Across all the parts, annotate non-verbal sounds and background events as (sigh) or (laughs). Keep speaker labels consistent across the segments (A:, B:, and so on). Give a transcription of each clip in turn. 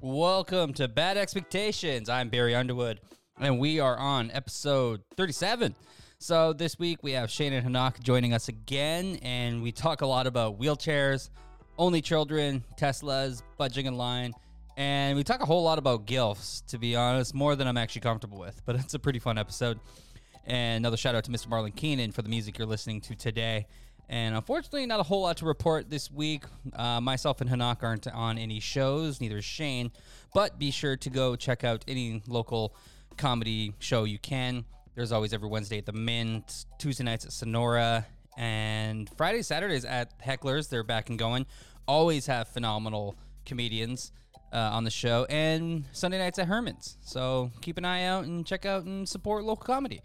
A: Welcome to Bad Expectations. I'm Barry Underwood, and we are on episode 37. So this week we have Shannon Hanak joining us again, and we talk a lot about wheelchairs, only children, Teslas, budging in line, and we talk a whole lot about gilfs. To be honest, more than I'm actually comfortable with, but (laughs) it's a pretty fun episode. And another shout out to Mr. Marlon Keenan for the music you're listening to today. And unfortunately, not a whole lot to report this week. Uh, myself and Hanak aren't on any shows, neither is Shane. But be sure to go check out any local comedy show you can. There's always every Wednesday at the Mint, Tuesday nights at Sonora, and Friday, Saturdays at Hecklers. They're back and going. Always have phenomenal comedians uh, on the show and Sunday nights at Herman's. So keep an eye out and check out and support local comedy.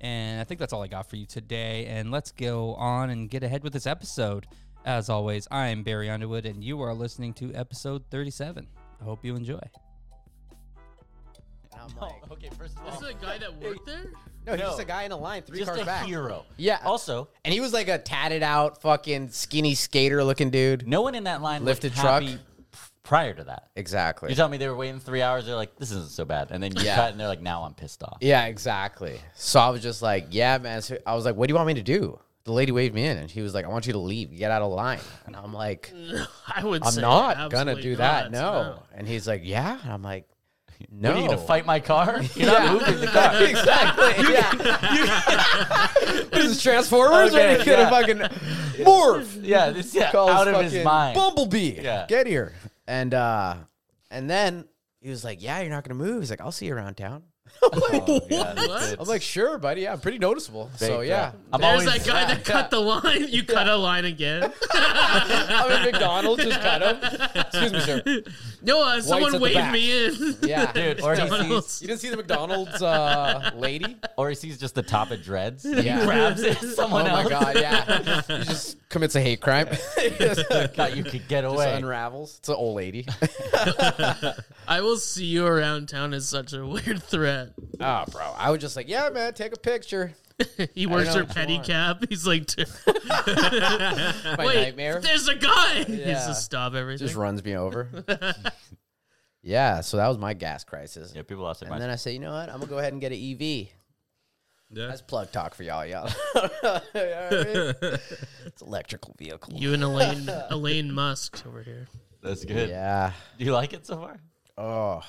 A: And I think that's all I got for you today. And let's go on and get ahead with this episode. As always, I am Barry Underwood, and you are listening to episode 37. I hope you enjoy.
B: And I'm like,
C: Okay, first of all,
D: This is a guy that worked there?
B: no, he's
C: No.
B: just a guy in a line, three
C: just
B: cars
C: a
B: back.
C: hero.
B: Yeah.
C: Also,
B: And he was like a tatted out, fucking skinny skater looking dude.
C: no one in that line
B: Lifted
C: looked
B: truck.
C: happy p- prior to that.
B: Exactly.
C: You're telling me they were waiting three hours. They're like, this isn't so bad, and then you
B: Yeah.
C: cut, and they're like, now I'm pissed off.
B: yeah, exactly. So I was just like, yeah, man. So I was like, what do you want me to do? The lady waved me in and she was like, I want you to leave, get out of line. And I'm like,
C: Mm,
D: (laughs) I would
B: I'm
D: say
B: not gonna
D: absolutely
B: do that.
D: not,
B: No. And he's like, yeah. And I'm
C: (laughs)
B: like, no.
C: What, are you gonna fight
B: (laughs)
C: my car? You're
B: Yeah.
C: not moving the
B: (laughs)
C: car. (laughs)
B: exactly. yeah. What is (laughs) this Transformers?
C: Okay,
B: Are you gonna
C: yeah.
B: fucking morph?
C: Yeah, this yeah,
B: calls
C: out of his
B: fucking
C: mind.
B: Bumblebee.
C: Yeah.
B: Get here. And uh and then he was like, Yeah, you're not gonna move. He's like, I'll see you around town. (laughs)
C: Oh, yeah, that's
D: What?
C: good.
B: I'm like, sure, buddy. Yeah, I'm pretty noticeable. so
C: Baked
B: yeah.
C: up. I'm
D: There's
C: always
D: that guy
C: yeah,
D: that cut the line. You cut a
B: (laughs)
D: line again.
B: I'm at McDonald's, just cut him. Excuse me, sir.
D: No, uh,
B: at the
D: someone waved
B: back.
D: me in.
B: (laughs)
D: (laughs)
B: Yeah.
C: dude, or he sees,
B: You didn't see the McDonald's uh lady?
C: or he sees just the top of dreads. and
B: Yeah.
C: He
B: (laughs)
C: grabs it. (laughs) Someone
B: oh
C: else.
B: my god,
C: (laughs)
B: yeah. He just commits a hate crime. (laughs)
C: Thought you could get
B: Just
C: away.
B: unravels. It's an old lady. (laughs)
D: I will see you around town is such a weird threat. (laughs)
B: oh, bro. I was just like, yeah, man, take a picture.
D: He works
B: know
D: for
B: what you want.
D: pedicab. He's like, (laughs) dude,
B: My
D: wait,
B: nightmare.
D: there's a guy.
B: (laughs)
D: He's
B: Yeah.
D: just stop everything.
B: just runs me over. (laughs) yeah, so that was my gas crisis.
C: Yeah, people lost their
B: And
C: mind.
B: then I say, you know what? I'm gonna go ahead and get an EV.
D: Yeah.
B: That's plug talk for y'all, y'all. (laughs) You know what I mean? It's electrical vehicle.
D: You and
B: (laughs)
D: Elaine, Elaine Musk over here.
C: That's good.
B: Yeah.
C: Do you like it so far?
B: Oh,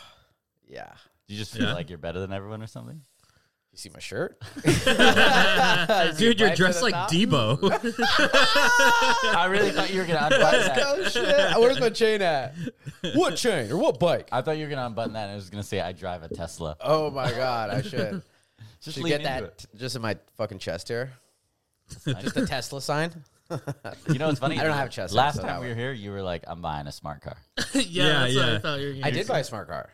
B: yeah.
C: Do you just feel
D: Yeah.
C: like you're better than everyone or something?
B: You see my (laughs) shirt?
D: Dude,
B: Right
D: you're
B: to
D: dressed
B: the
D: like
B: top? (laughs)
D: Debo.
C: (laughs)
D: (laughs)
C: I really thought you were gonna (laughs) unbutton that.
B: oh shit! Where's my chain at? (laughs) What chain or what bike?
C: I thought you were gonna unbutton that and I was gonna say I drive a Tesla.
B: Oh my god! (laughs) I should.
C: Just
B: Should
C: lean
B: get
C: into
B: that
C: it.
B: t- just in my fucking chest (laughs) here.
C: nice.
B: Just a Tesla sign.
C: You know, it's
B: (laughs)
C: funny.
B: I don't have a Tesla,
C: Last
B: so that Oh,
C: time we were
B: would-
C: here, you were like, "I'm buying a smart car."
D: yeah,
E: Yeah,
D: that's what I
E: yeah.
D: thought you were gonna
B: I
D: do.
B: did buy a smart car.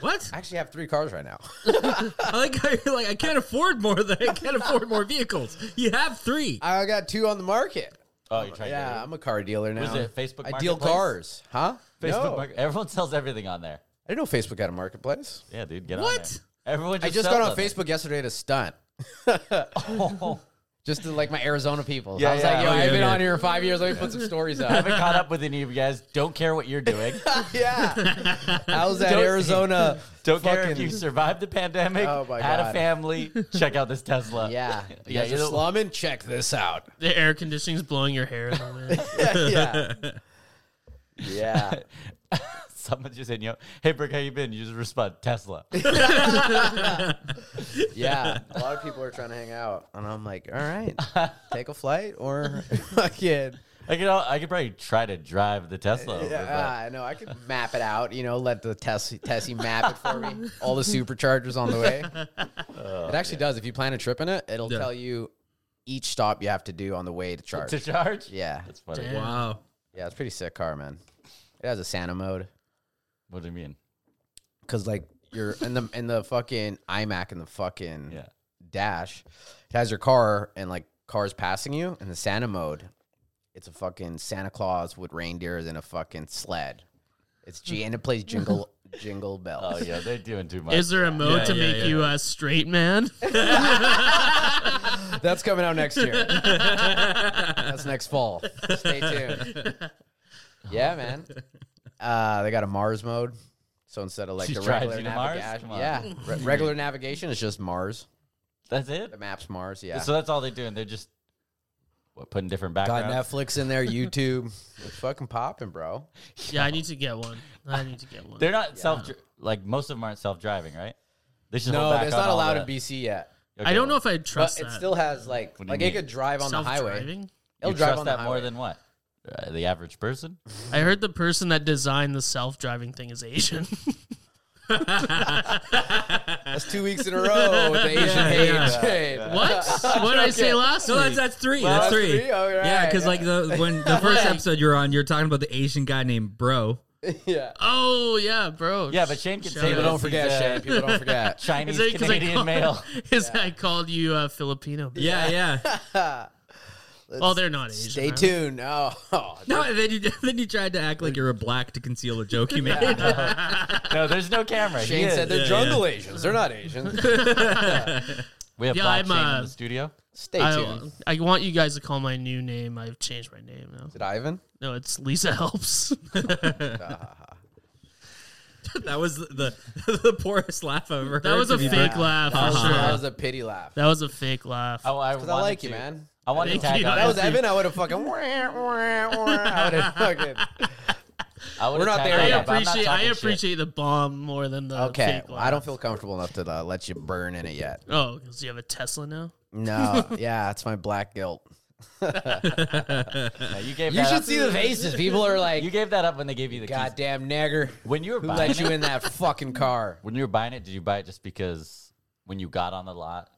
D: What? (laughs)
B: I actually have three cars right now.
E: I like how you're like, I can't afford more. Than, I can't afford more vehicles. You have three.
B: I got two on the market.
C: Oh, you're trying
B: Yeah, I'm a car dealer now.
C: Was it Facebook
B: I deal
C: Marketplace?
B: cars, huh?
C: to (laughs) Facebook.
B: No.
C: Market- Everyone sells everything on there.
B: I didn't know Facebook had a marketplace.
C: Yeah, dude, get on
D: What?
C: there. Everyone. Just
B: I just
C: sells
B: got on Facebook yesterday to
C: (laughs)
B: stunt. (laughs)
C: Facebook.
B: Just to like my Arizona people.
C: Oh. Yeah,
B: I was
C: yeah.
B: like, yo,
C: Oh,
B: I've
E: yeah,
B: been
E: yeah.
B: on here five years. Let me put some stories
C: I
B: up.
C: (laughs)
B: (laughs)
C: haven't caught up with any of you guys. Don't care what you're doing. (laughs)
B: yeah. How's that
C: Don't- (laughs)
B: Arizona?
C: Don't care if
B: Fucking-
C: you survived the pandemic,
B: Oh my
C: had
B: God.
C: a
B: (laughs)
C: family. Check out this Tesla.
B: Yeah. You
C: yeah.
B: guys
C: You're
B: are
C: the,
B: slumming? Check this
C: (laughs)
B: out.
D: The air conditioning's blowing your hair. though, man.
B: yeah.
C: (laughs)
B: Yeah.
C: someone just said, "Yo, hey, Brooke, how you been?" You just respond, "Tesla."
B: Yeah. A lot of people are trying to hang out. And I'm like, all
C: (laughs)
B: right, take a flight or (laughs) fucking.
C: I could, al- I could probably try to drive the Tesla. Over,
B: (laughs)
C: but-
B: Yeah, I know. I could map it out. You know, let the Tessie, Tessie map it for
C: (laughs)
B: me. All the superchargers on the way.
C: Oh,
B: it actually does. If you plan a trip in it, it'll
E: Yeah.
B: tell you each stop you have to do on the way to charge.
C: (laughs) to charge.
B: Ah. yeah,
C: that's funny.
D: Damn.
E: Wow.
B: yeah, it's a pretty sick car, man. It has a Santa mode
C: What do you mean?
B: because like you're in the in the fucking iMac and the fucking
C: Yeah.
B: dash. It has your car and like cars passing you in the Santa mode. It's a fucking Santa Claus with reindeers and a fucking sled. It's G and it plays
C: (laughs)
B: jingle jingle bells.
C: Oh yeah, they're doing too much.
D: Is there a mode
E: Yeah,
D: to
E: yeah,
D: make
E: yeah.
D: you a straight man? (laughs)
B: That's coming out next year. That's next fall.
C: (laughs)
B: Stay tuned. Yeah, man. Uh, they got a Mars mode. So instead of like
C: She
B: the
C: drives
B: regular
C: you to Mars?
B: navigation,
C: Come on.
B: yeah,
C: (laughs)
B: re- regular navigation is just Mars.
C: That's it.
B: The map's Mars. Yeah.
C: So that's all they're doing. They're just what, putting different
B: Got
C: backgrounds.
B: Netflix in there, YouTube. it's fucking popping, bro.
D: Yeah, I need to get one. I need to get one.
C: They're not self like most of them aren't self driving, right? They should hold
B: No,
C: back
B: it's
C: on
B: not
C: all
B: allowed
C: that.
B: in BC yet,
C: Okay,
D: I don't know
C: well,
D: if I'd
B: but
D: trust
B: it
D: that.
B: still has like
C: What do you
B: like it
C: mean?
B: could drive on the highway.
D: Self-driving?
B: It'll
C: you
B: drive
C: trust
B: on the
C: that more
B: highway.
C: than what uh, the average person.
D: I heard the person that designed the self-driving thing is Asian. (laughs)
B: That's two weeks in a row with the Asian hate.
E: yeah.
B: Hey,
D: what? What did I say last
E: No, that's
D: week?
E: that's three.
B: Well,
E: that's
B: that's
E: three.
B: three, all right,
E: yeah, because like
B: yeah.
E: the when (laughs) the first episode you're on, you're talking about the Asian guy named Bro.
B: yeah.
D: Oh yeah, bro.
C: Yeah, but Shane can say
D: Shout out.
C: that
B: People don't
C: he's,
B: forget,
C: uh,
B: Shane. People don't forget.
C: Chinese
D: it 'cause I
C: Canadian
D: called-
C: male.
D: (laughs) Is I called you uh, Filipino? bitch?
E: Yeah, (laughs) yeah.
D: Oh, they're not Asian.
B: Stay
D: huh?
B: tuned. Oh, oh,
E: No, and then you (laughs) then you tried to act like you're a black to conceal a joke you made. (laughs)
C: No, there's no camera. He
B: Shane
C: is.
B: said they're
E: Yeah,
B: jungle Asians. They're not Asians.
C: we have
D: Yeah,
C: black
D: I'm,
C: Shane
D: uh,
C: in the studio.
B: Stay
D: I,
B: tuned.
D: I want you guys to call my new name. I've changed my name now.
B: Is it Ivan?
D: No, it's Lisa Helps. (laughs)
E: that was the (laughs) the poorest laugh I've ever heard.
D: That was a
E: from you.
D: fake laugh.
B: That
D: For
B: was, that was
D: sure.
B: a pity laugh.
D: That was a fake laugh.
C: Oh, I,
B: Because I
C: wanted
B: like you,
C: to-
B: man.
C: I want to
D: Thank
C: tag
D: you.
C: on.
D: That
B: That was
C: this.
B: Evan. I would have fucking. I would have fucking.
C: I would've
B: We're not
C: tagged
B: there
C: on
D: I
B: yeah,
C: that, but I'm not
D: appreciate I
C: talking shit.
D: appreciate the bomb more than the
B: Okay,
D: fake
B: well,
D: laugh.
B: I don't feel comfortable enough to uh, let you burn in it yet.
D: Oh, because you have a Tesla now.
B: (laughs) No, yeah, it's my black guilt.
C: No, you gave
B: You
C: that
B: should
C: up.
B: see the faces. People are
C: You
B: like,
C: gave that up when they gave you the keys.
B: "Goddamn nigger,
C: When you were
B: who
C: buying
B: let you
C: it,
B: in that fucking car?"
C: when you were buying it, did you buy it just because when you got on the lot,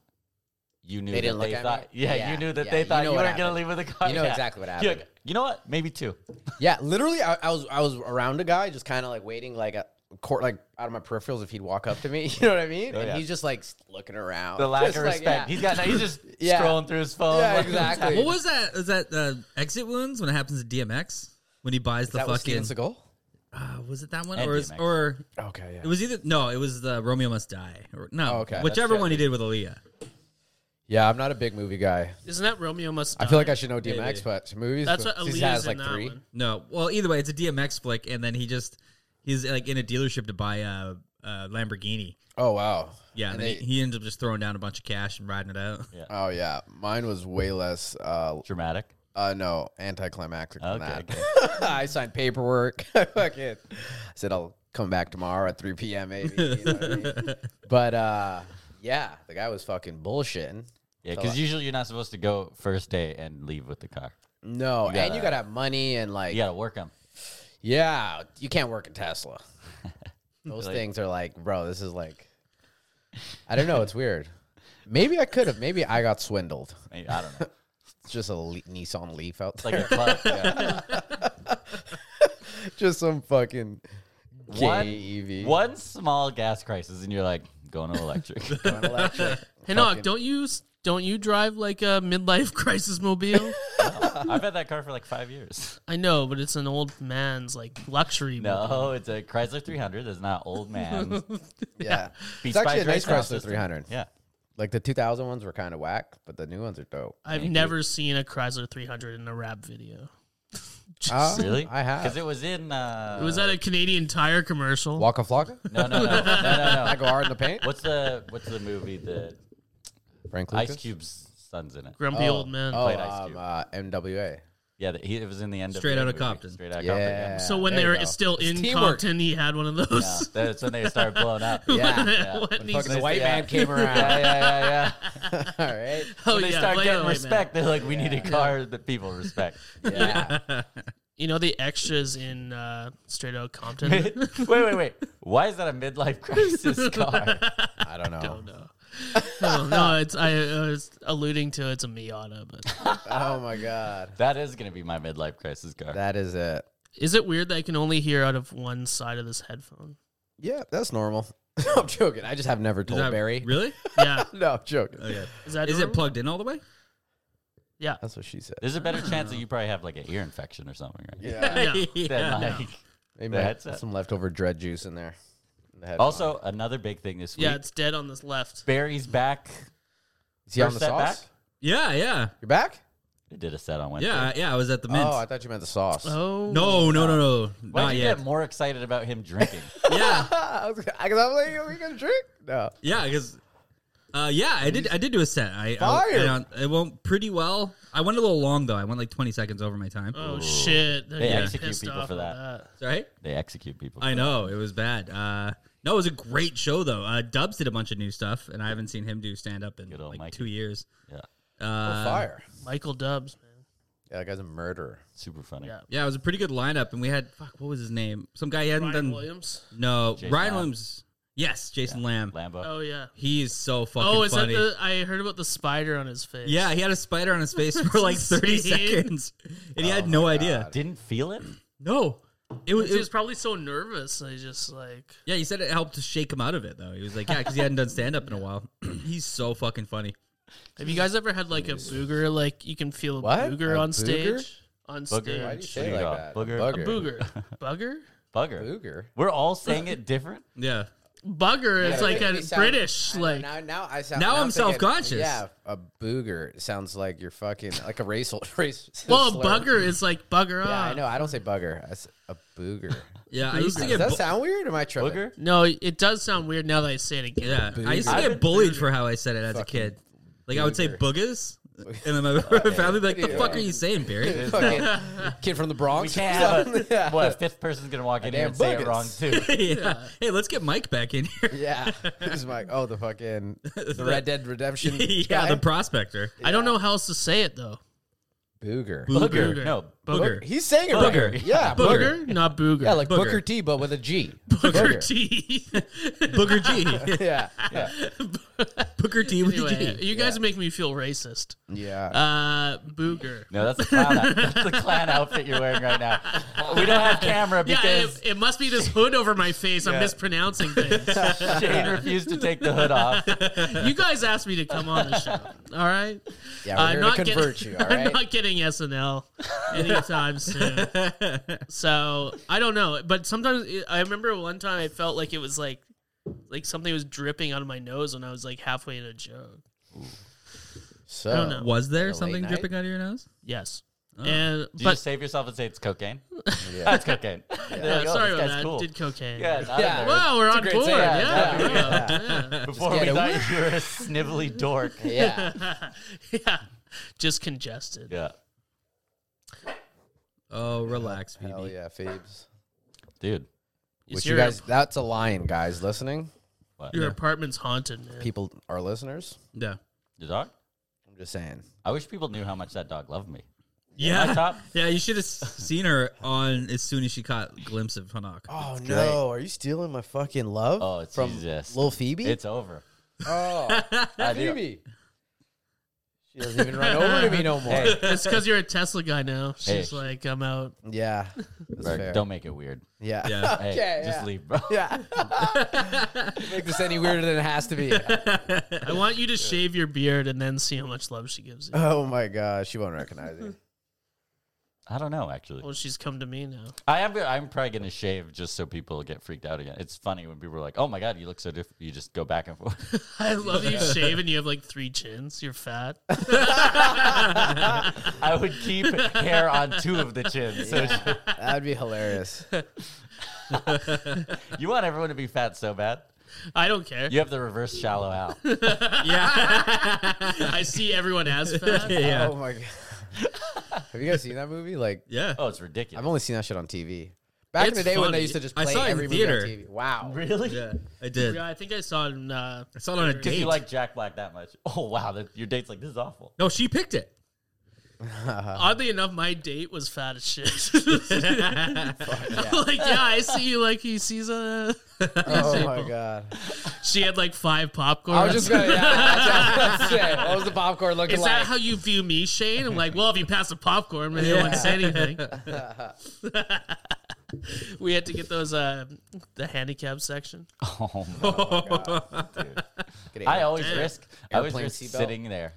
C: you knew
B: They
C: that
B: didn't
C: they
B: look at
C: thought,
B: me?
C: yeah,
B: Yeah,
C: you knew that
B: yeah,
C: they
B: you
C: thought
B: know
C: you
B: what
C: weren't gonna
B: happened.
C: leave with a car.
B: You know
C: Yeah.
B: exactly what
C: You're
B: happened.
C: like, you know what? Maybe two.
B: (laughs) Yeah, literally, I, I was I was around a guy, just kind of like waiting, like a court, like out of my peripherals, if he'd walk up to me. (laughs) You know what I mean?
C: Oh,
B: and
C: yeah.
B: he's just like looking around,
C: The lack
B: Just
C: of
B: like,
C: respect.
B: yeah.
C: He's got. He's just
B: (laughs) Yeah.
C: scrolling through his phone. (laughs)
B: Yeah,
C: looking-
B: exactly.
E: What was that? Is that uh, exit wounds when it happens to DMX when he buys the
B: that was
E: fucking?
B: Steven Seagal?
E: uh, was it that one
C: And
E: or is,
C: DMX.
E: or
B: Okay, yeah,
E: it was either no? It was the Romeo Must Die or no?
B: Oh, okay, that's
E: whichever
B: Jet
E: one he did with Aaliyah.
B: yeah. I'm not a big movie guy.
D: Isn't that Romeo Must Die?
B: I feel like I should know DMX,
E: Maybe.
B: but movies.
D: That's what
B: but he
D: Aaliyah's
B: has
D: in
B: like
D: that
B: three.
D: one.
E: No, well either way, it's a DMX flick, and then he just he's like in a dealership to buy a, a Lamborghini.
B: Oh wow.
E: Yeah, and,
B: And
E: then
B: they-
E: he, he ends up just throwing down a bunch of cash and riding it out.
B: Oh yeah, mine was way less. Uh,
C: Dramatic.
B: uh no, anticlimactic than
C: Okay,
B: that. (laughs) I signed paperwork. (laughs) I fucking said I'll come back tomorrow at three p.m. Maybe. you know what I
C: (laughs)
B: mean? But uh, yeah, the guy was fucking bullshitting.
C: Yeah,
B: So,
C: because
B: like-
C: usually you're not supposed to go first day and leave with the car.
B: No, and you
C: gotta-
B: gotta have money and like
C: You gotta work them.
B: yeah, you can't work in
C: (laughs)
B: Tesla. Those things are like, bro, this is like, I don't know, it's weird. Maybe I could have. Maybe I got swindled.
C: I don't know. It's
B: It's just a Le- Nissan Leaf out there.
C: like a
B: (laughs)
C: club.
B: just some fucking E
C: One-
B: KEV.
C: (laughs) One small gas crisis, and you're like going to
B: (laughs)
C: electric.
B: An electric.
D: Hey, Nog, don't you s- don't you drive like a midlife (laughs)
B: (laughs)
D: crisis mobile?
C: I've had that car for like five years. (laughs)
D: I know, but it's an old man's like luxury. mobile.
C: No, it's a Chrysler 300. That's not
B: (laughs)
C: old man. (laughs)
B: yeah. It's
C: Beats
B: actually
C: by
B: a nice
C: Drake sound
B: Chrysler
C: system.
B: 300.
C: Yeah.
B: Like the 2000 ones were kind of whack, but the new ones are dope.
D: I've never seen a Chrysler 300 in a rap video. (laughs)
B: Oh,
C: Really?
B: I have.
C: Because it was in. Uh,
D: It was that a Canadian Tire commercial?
B: Waka
C: (laughs)
B: Flocka?
C: No,
D: (laughs)
C: no, no, no,
B: (laughs)
C: no,
B: I
C: no.
B: go hard in the paint?
C: What's the What's the movie that
B: Frank Lucas?
C: Ice Cube's son's in it?
D: Grumpy old man.
B: Oh,
C: Played Ice
B: um,
C: Cube.
B: uh, MWA.
C: Yeah, the, he, it was in the end of
E: Straight
C: the
E: Outta
C: movie.
E: Compton.
C: Straight out of Compton.
B: Yeah.
C: Yeah.
D: so when
B: there
D: they
B: you
D: were
B: go.
D: still
B: It's
D: in
B: teamwork.
D: Compton, he had one of
C: Yeah,
D: those.
C: that's when they started blowing
D: (laughs)
C: up.
D: Oh,
C: Yeah,
B: Yeah.
D: When
B: When
D: he's-
B: fucking the
C: Nice
B: white
C: to-
B: man came
C: (laughs) yeah,
B: around.
C: yeah, yeah.
B: (laughs)
C: (laughs)
B: All right.
D: oh,
C: When they
D: yeah,
C: start
D: play it
C: getting
D: away, man.
C: respect, they're like, we need a car that people
D: (laughs)
C: respect.
B: Yeah.
D: You know the extras in uh, Straight
C: (laughs)
D: Out Compton.
C: wait, (laughs) wait, wait. Why is that a
D: (laughs)
C: midlife crisis car?
B: I don't know.
D: don't know. Oh, no, it's I, I was alluding to it's a Miata, but
B: Oh my God.
C: That is going to be my midlife crisis car.
B: That is it.
D: is it weird that I can only hear out of one side of this headphone?
B: Yeah, that's normal. (laughs) I'm joking. I just have never
E: Is
B: told
E: that-
B: Barry.
E: Really?
D: Yeah,
B: No, I'm joking.
E: Okay.
C: (laughs)
D: is that
E: Is it
D: normal?
E: plugged in all the way?
D: yeah,
B: That's what she said.
C: There's a better chance that you probably have like an ear infection or something, right?
B: Yeah.
D: yeah.
C: Than, like-
B: They
C: The
B: might have
C: headset.
B: some leftover dread juice in there. in the headphone.
C: (laughs) Also, another big thing this week.
D: Yeah, it's dead on this left.
C: Barry's back.
B: is he on
C: First
B: the
C: set
B: sauce?
C: back?
E: Yeah, yeah.
B: You're back?
C: They did a set on Wednesday.
E: Yeah, yeah, I was at the mint.
B: Oh, I thought you meant the sauce.
D: Oh
E: no, no, no, no,
C: Why
E: not
C: did you
E: yet.
C: get more excited about him drinking?
E: yeah,
B: (laughs) I was, I was like, are we gonna drink? No.
E: yeah, because. Uh, yeah, I did. I did do a set. I, I,
B: Fire.
E: and I- it went pretty well. I went a little long though. I went like twenty seconds over my time.
D: Oh shit! They're
C: They
D: getting
C: execute
D: pissed
C: people
D: off
C: for
D: on
C: that.
E: Right?
C: they execute people.
E: I know it was bad. Uh, no, it was a great show though. Uh, Dubs did a bunch of new stuff, and I haven't seen him do stand up in
C: Good old
E: like
C: Mikey.
E: two years.
C: Yeah.
E: Uh,
B: fire.
D: Michael Dubs, man.
B: Yeah, that guy's a murderer.
C: Super funny.
D: Yeah.
E: Yeah, it was a pretty good lineup, and we had fuck. What was his name? Some guy he hadn't
D: Ryan
E: done.
D: Williams.
E: No,
C: Jason
E: Ryan
C: Lamb.
E: Williams. Yes, Jason Lamb.
C: Lambo.
D: Oh yeah.
E: He is so fucking
D: Oh, is
E: funny.
D: that the? I heard about the spider on his face.
E: yeah, he had a spider on
D: (laughs)
E: his face for like thirty
D: insane.
E: seconds, and he
B: Oh
E: had no
B: my
E: idea.
B: God.
C: Didn't feel it.
E: No, it was,
D: he
E: it
D: was
E: was.
D: probably so nervous. that He just like
E: Yeah, he said it helped to shake him out of it though. He was like, yeah, because he hadn't done stand up in a while. (clears throat) He's so fucking funny.
D: Have you guys ever had like a booger? Like you can feel a
B: What?
D: booger
B: A
D: on
B: booger?
D: stage. On
C: Booger?
B: Why do you
D: stage,
B: say it
C: Booger.
B: like that?
C: Booger.
D: a
B: (laughs)
D: booger, bugger,
C: Bugger.
B: Booger.
C: We're
B: (laughs)
C: all saying it different.
E: Yeah,
D: bugger. It's
B: Yeah,
D: like
B: it-
D: a
B: it sound-
D: British
B: I know,
D: like.
B: now, now I sound
E: Now I'm
B: thinking,
E: self-conscious.
B: Yeah, a booger sounds like you're fucking like a race (laughs) race.
D: Well, a
B: slur.
D: bugger is like bugger
B: Yeah,
D: off.
B: I know. I don't say bugger. I s- a booger.
E: yeah. I used to
B: Does
E: get
B: that
E: bu-
B: sound weird? Or am I tripping?
C: Booger.
D: No, it does sound weird now that I say it again.
E: yeah. I used to
B: I've
E: get
C: been-
E: bullied for how I said it as a
B: Fucking
E: kid. Like I would say
B: booger. (laughs)
E: boogers, and then my (laughs) family would be like, "The
B: Yeah.
E: fuck are you
B: (laughs)
E: saying, Barry?"
B: Fucking kid from the Bronx. (laughs)
C: We can't have
B: or something?
C: a, what a fifth person's gonna walk in here
B: damn
C: and say it
B: boogers.
C: wrong too.
E: yeah. (laughs) Hey, let's get Mike back in here.
B: (laughs) (laughs) Yeah, it's like oh the fucking the Red Dead Redemption.
E: (laughs) yeah,
B: guy?
E: the prospector.
D: I don't know how else to say it though.
B: booger.
E: Booger.
C: Booger. No.
E: Booger.
B: He's saying it
E: Booger.
B: right. Yeah,
D: Booger, not booger.
B: Yeah, like
E: Booger.
B: Booker, T, but with a G.
D: booger T. (laughs)
E: Booger G.
B: (laughs) Yeah, yeah,
E: Booger T with a
D: anyway,
E: G.
D: you guys make me feel racist.
B: (laughs) yeah.
D: Uh, booger.
C: No, that's the clown. out- (laughs) that's the clown outfit you're wearing right now. We don't have camera
D: (laughs) Yeah,
C: because
D: it, it must be this hood over my face. I'm
C: Yeah.
D: mispronouncing things.
C: Shane refused to take the hood off.
D: you guys asked me to come on the show. All right.
B: yeah,
D: Uh,
B: we're here to convert
D: (laughs) getting,
B: you. All
D: I'm
B: right.
D: not getting SNL anytime soon. So I don't know, but sometimes it- I remember one time I felt like it was like like something was dripping out of my nose when I was like halfway in a joke.
B: so,
D: I don't
B: Uh,
D: know.
E: Was there
B: late
E: something
B: night?
E: dripping out of your nose?
D: Yes, and
C: Do you
D: but
C: save yourself and say it's cocaine?
B: (laughs) Yeah.
C: (laughs) That's cocaine. They're
D: yeah,
C: like, "Oh,
D: sorry
C: this
D: about
C: guy's
D: that.
C: cool."
D: Did cocaine?
C: Yeah, not
B: Yeah.
C: a nerd.
D: Wow, we're on
B: great
D: board.
B: saying.
D: Yeah.
B: Yeah.
D: yeah, yeah.
C: Before
B: Just
C: we
B: get
C: thought
B: away.
C: you were a
B: (laughs)
C: snivelly dork.
B: yeah.
D: (laughs) Yeah. Just congested.
C: Yeah.
E: Oh, relax,
B: Hell
E: baby.
B: yeah, Phoebes.
C: Dude.
B: Which you
D: your,
B: guys, that's a lion, guys. Listening,
D: your apartment's haunted, man.
B: people, our listeners.
E: Yeah.
C: Your dog?
B: I'm just saying.
C: I wish people knew how much that dog loved me. My
E: Yeah.
C: top.
E: (laughs) Yeah, you should have seen her on as soon as she caught a glimpse of Hanak.
B: Oh no, are you stealing my fucking love?
C: Oh, it's
B: from
C: Jesus.
B: Lil Phoebe.
C: It's over.
B: oh,
C: I do.
B: Phoebe. She doesn't even run over to me no more.
C: Hey,
D: It's because you're a Tesla guy now. She's
C: Hey.
D: like, I'm out.
B: (laughs) (laughs) Yeah, that's
C: Berg,
B: fair.
C: don't make it weird.
B: Yeah,
E: Yeah.
C: Hey,
B: Okay,
C: just
B: yeah.
C: leave, bro.
B: (laughs)
C: (laughs)
B: yeah. Make this any weirder than it has to be.
D: I want you to shave your beard and then see how much love she gives
B: (laughs)
D: you.
B: (laughs) Oh my gosh, she won't recognize you.
C: I don't know, actually.
D: Well, she's come to me now.
C: I am. I'm probably gonna shave just so people get freaked out again. It's funny when people are like, "Oh my god, you look so different." You just go back and forth. (laughs)
D: I love you shave and you have like three chins. You're fat.
C: I would keep hair on two of the chins. So
B: That'd be hilarious.
C: you want everyone to be fat so bad.
D: I don't care.
C: You have the reverse shallow
B: (laughs)
C: out.
D: I see everyone as fat.
E: Yeah.
B: Oh my god. (laughs) Have you guys seen that movie? Like,
E: Yeah.
C: Oh, it's
B: I've
C: ridiculous.
B: only seen that shit on TV. Back
D: It's
B: in the day when
D: funny.
B: they used to just
E: I
B: play
E: saw it in
B: every
E: theater.
B: movie on TV. Wow.
C: really?
E: Yeah, I did.
D: Yeah, I think I saw it in. Uh,
E: I saw it on a
C: If
E: date.
C: you like Jack Black that much, oh wow, that, your date's like this is awful.
E: no, she picked it.
D: oddly enough, my date was fat as shit. (laughs) like, yeah, I see you. Like, he sees a.
B: Oh my god.
D: She had like five popcorn.
B: I was just gonna. Yeah, that's what I was gonna say. What was the popcorn looking
D: Is
B: like?
D: that how you view me, Shane? I'm like, well, if you pass the popcorn, maybe I won't say
B: (laughs)
D: anything. (laughs) we had to get those uh the handicap section.
C: Oh, my dude.
B: Get
C: I always risk. I always
B: Airplane
C: risk
B: seatbelt.
C: sitting there.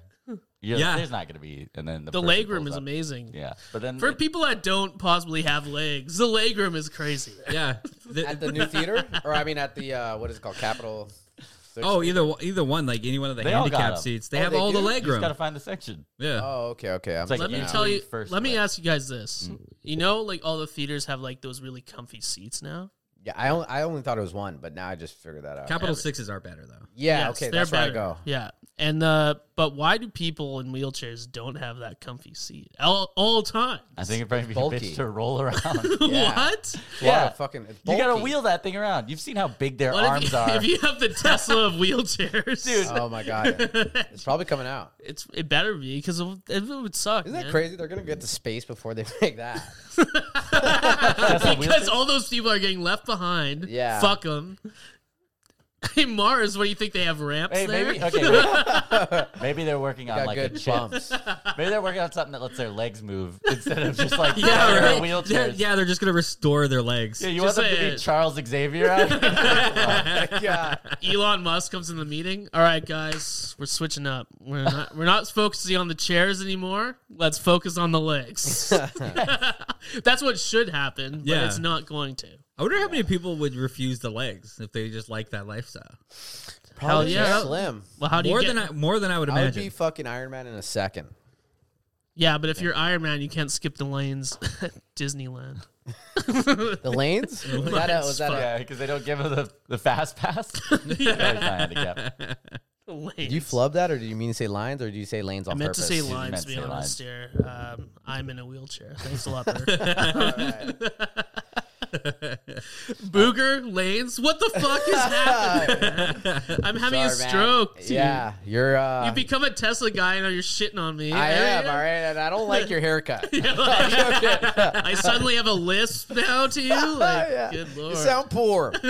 C: You're,
E: Yeah.
C: There's not gonna be. And then the,
D: The
C: person
D: leg room
C: pulls
D: is
C: up.
D: amazing.
C: Yeah, but then
D: For
C: it-
D: people that don't possibly have legs, the leg room is crazy.
C: (laughs)
E: Yeah. The-
B: at the new theater, or I mean, at the uh, what is it called, Capitol? Six-
E: Oh, either one- either one, like any one of the
C: They all got
E: handicap
C: them.
E: seats, they
B: Oh,
E: have
B: they
E: all the
B: do?
E: leg
C: You just
E: room.
C: gotta find the section.
E: yeah.
B: Oh, okay, okay. I'm
C: It's like
D: Let me
C: Yeah.
D: tell you.
C: First
D: let me
C: leg.
D: ask you guys this.
B: Mm.
D: You know, like all the theaters have like those really comfy seats now.
B: yeah, I only, I only thought it was one, but now I just figured that out.
E: Capital sixes are better though.
B: yeah,
D: Yes,
B: okay,
D: they're
B: that's where I go.
D: Yeah, and uh, but why do people in wheelchairs don't have that comfy seat all, all time?
C: I think it'd probably be a
B: bulky.
C: bitch to roll
D: (laughs)
C: around.
B: Yeah.
D: what?
B: It's a lot
C: Yeah.
B: of fucking. It's
C: you gotta
B: bulky.
C: wheel that thing around. You've seen how big their
D: What
C: arms
D: if you,
C: are.
D: If you have the Tesla of wheelchairs, dude,
B: Oh my god, it's probably coming out.
D: it's it better be because it, would- it would suck.
B: Isn't that
D: (laughs) man.
B: crazy? They're gonna get to space before they (laughs) make that.
C: That's a wheel-
D: Because all those people are getting left behind.
B: Yeah.
D: fuck them. (laughs) Hey Mars, what do you think they have ramps
C: Hey,
D: there?
C: (laughs) maybe okay. wait. maybe (laughs) they're working on
B: Got
C: like a
B: good
C: chip.
B: bumps.
C: (laughs) Maybe they're working on something that lets their legs move
D: (laughs)
C: instead of just like
E: Yeah,
C: their
E: right.
C: wheelchairs.
E: They're- yeah, they're just gonna restore their legs.
C: Yeah, you
D: Just
C: want them to
D: say
C: be
D: it.
C: Charles Xavier out here?
D: (laughs)
B: yeah.
D: Elon Musk comes in the meeting. All right, guys, we're switching up. We're not we're not focusing on the chairs anymore. Let's focus on the legs. (laughs) That's what should happen, but
E: Yeah.
D: it's not going to.
E: I wonder how many people would refuse the legs if they just like that lifestyle.
B: Probably
D: yeah.
B: just slim.
D: Well, how do
E: More
D: you get?
E: than I, more than I would
B: I would be
E: imagine.
B: fucking Iron Man in a
D: (laughs)
B: second.
D: yeah, but if you're Iron Man, you can't skip the lanes (laughs) at Disneyland.
B: The
D: (laughs)
B: lanes? was that a, was that a-
C: yeah, because they don't give them the, the fast
D: (laughs)
C: pass. That was my handicap.
D: The lanes.
B: Did you flub that, or do you mean to say lines, or do you say lanes
D: I
B: on
D: meant
B: purpose?
D: to say
C: meant
D: lines,
C: to
D: to be
C: say
D: honest
C: lines.
D: here. Um, I'm in a wheelchair. Thanks a lot, Bert. (laughs) Booger, lanes, what the fuck is happening? (laughs) I'm having
B: Sorry,
D: a
B: man.
D: stroke, dude.
B: Yeah, you're. Uh,
D: You become a Tesla guy and now you're shitting on me.
B: I am all right, and I don't like your
D: (laughs)
B: haircut. (laughs)
D: I suddenly have a lisp now
B: (laughs)
D: to you. Like,
B: Oh, Yeah.
D: good
B: You
D: lord.
B: sound
D: (laughs)
B: poor. (laughs)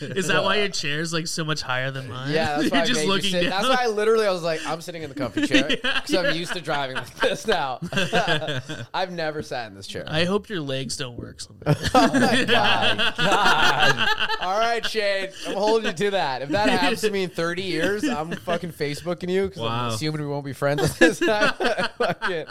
D: Is that why your chair's like so much higher than mine?
B: Yeah, that's why
D: (laughs) you're
B: I
D: just
B: made you
D: looking
B: sit-
D: down.
B: That's why I literally I was like, I'm sitting in the comfy chair because I'm used to driving like this now. (laughs) I've never sat in this chair. Oh
D: (laughs) (laughs) I hope your legs
B: (laughs)
D: don't work someday.
B: All right, Shane, I'm holding you to that. If that happens to me in 30 years, I'm fucking Facebooking you because
E: Wow.
B: I'm assuming we won't be friends at this time. (laughs) Fucking-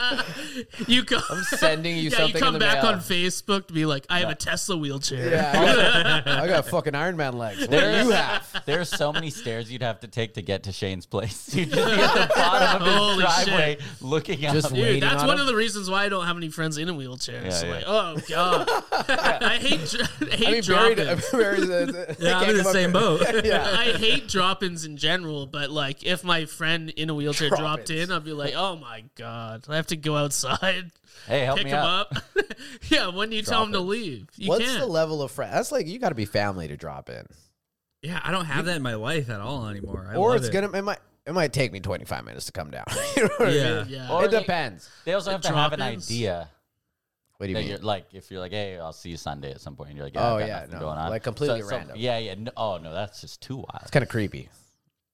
D: you come,
B: I'm sending you
D: (laughs) yeah,
B: something
D: you come
B: in the
D: back
B: mail.
D: on Facebook to be like, I have a Tesla wheelchair.
B: yeah, I got, I got fucking Iron Man legs. What do
C: There's-
B: you have?
C: There are so many stairs you'd have to take to get to Shane's place. (laughs) You'd
D: (laughs)
C: just be at the bottom of his
D: (laughs) Holy
C: (laughs) driveway looking
B: Just
C: up.
B: wait.
D: Dude,
B: Waiting
D: that's
B: on
D: one
B: him?
D: of the reasons why I don't have any friends in a wheelchair. It's
C: Yeah,
D: like, oh
B: (laughs)
D: god, (laughs) I hate, dr- (laughs) I hate
B: I mean, buried. (laughs)
D: drop-ins.
B: buried
E: Yeah, I'm in the same boat.
B: (laughs)
E: (laughs)
B: yeah.
D: (laughs) I hate drop-ins in general, but like if my friend in a wheelchair dropped
B: Drop-ins.
D: in, I'd be like, "Oh my god, I have to go outside, (laughs)
C: Hey, help
D: pick
C: me
D: him
C: up.
D: up." (laughs) yeah, when do you tell him to
B: Drop-ins.
D: leave, you
B: What's
D: can't.
B: the level of friend? That's like you got to be family to drop in,
E: Yeah, I don't have that in my life at all anymore. I
B: or
E: love
B: it's
E: it.
B: gonna. It might. It might take me 25 minutes to come down. (laughs) You know what I
E: Yeah.
B: mean?
D: yeah,
C: Or
B: It depends.
C: They also have to have an
D: drop-ins?
C: idea.
B: What do you
C: that
B: mean?
C: you're like if you're like, hey, I'll see you Sunday at some point, and you're like,
B: Oh,
C: I've got
B: yeah,
C: nothing
B: no,
C: going on,
B: like, completely random.
C: yeah, yeah. No, oh no, that's just too wild.
B: (laughs) It's kind of creepy.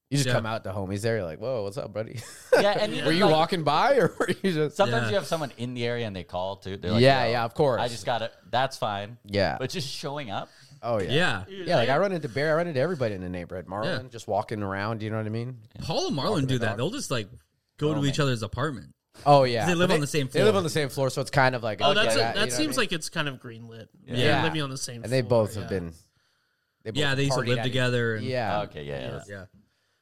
B: You just
E: Yeah.
B: come out to homies there. You're like, whoa, what's up, buddy? (laughs)
C: yeah, and
B: were you
C: like,
B: walking by or were you just?
C: Sometimes
E: Yeah.
C: you have someone in the area and they call too. They're like,
B: Yeah,
C: "Yo,
B: yeah, of course.
C: I just got it. That's fine.
B: Yeah.
C: but just showing up.
B: oh yeah.
E: Yeah.
B: Yeah, like I run into Bear, I run into everybody in the neighborhood. Marlon
E: Yeah.
B: just walking around, you know what I mean?
E: Paul and Marlon do that.
B: dog.
E: They'll just like go to each other's apartment.
B: Oh yeah,
E: They live
B: But
E: on the same
B: They live
E: floor.
B: on the same floor, so it's kind of like
D: Oh, that's
B: okay,
D: a, that,
B: you know what I
D: seems
B: mean?
D: like it's kind of greenlit. Yeah,
B: Yeah.
D: living on the same.
B: and they
D: floor,
B: both
D: yeah.
B: have been. They both
E: Yeah, they used to
B: partied
E: live
B: at each-
E: together. And,
B: Yeah,
C: okay, yeah, yeah. that's-
E: Yeah.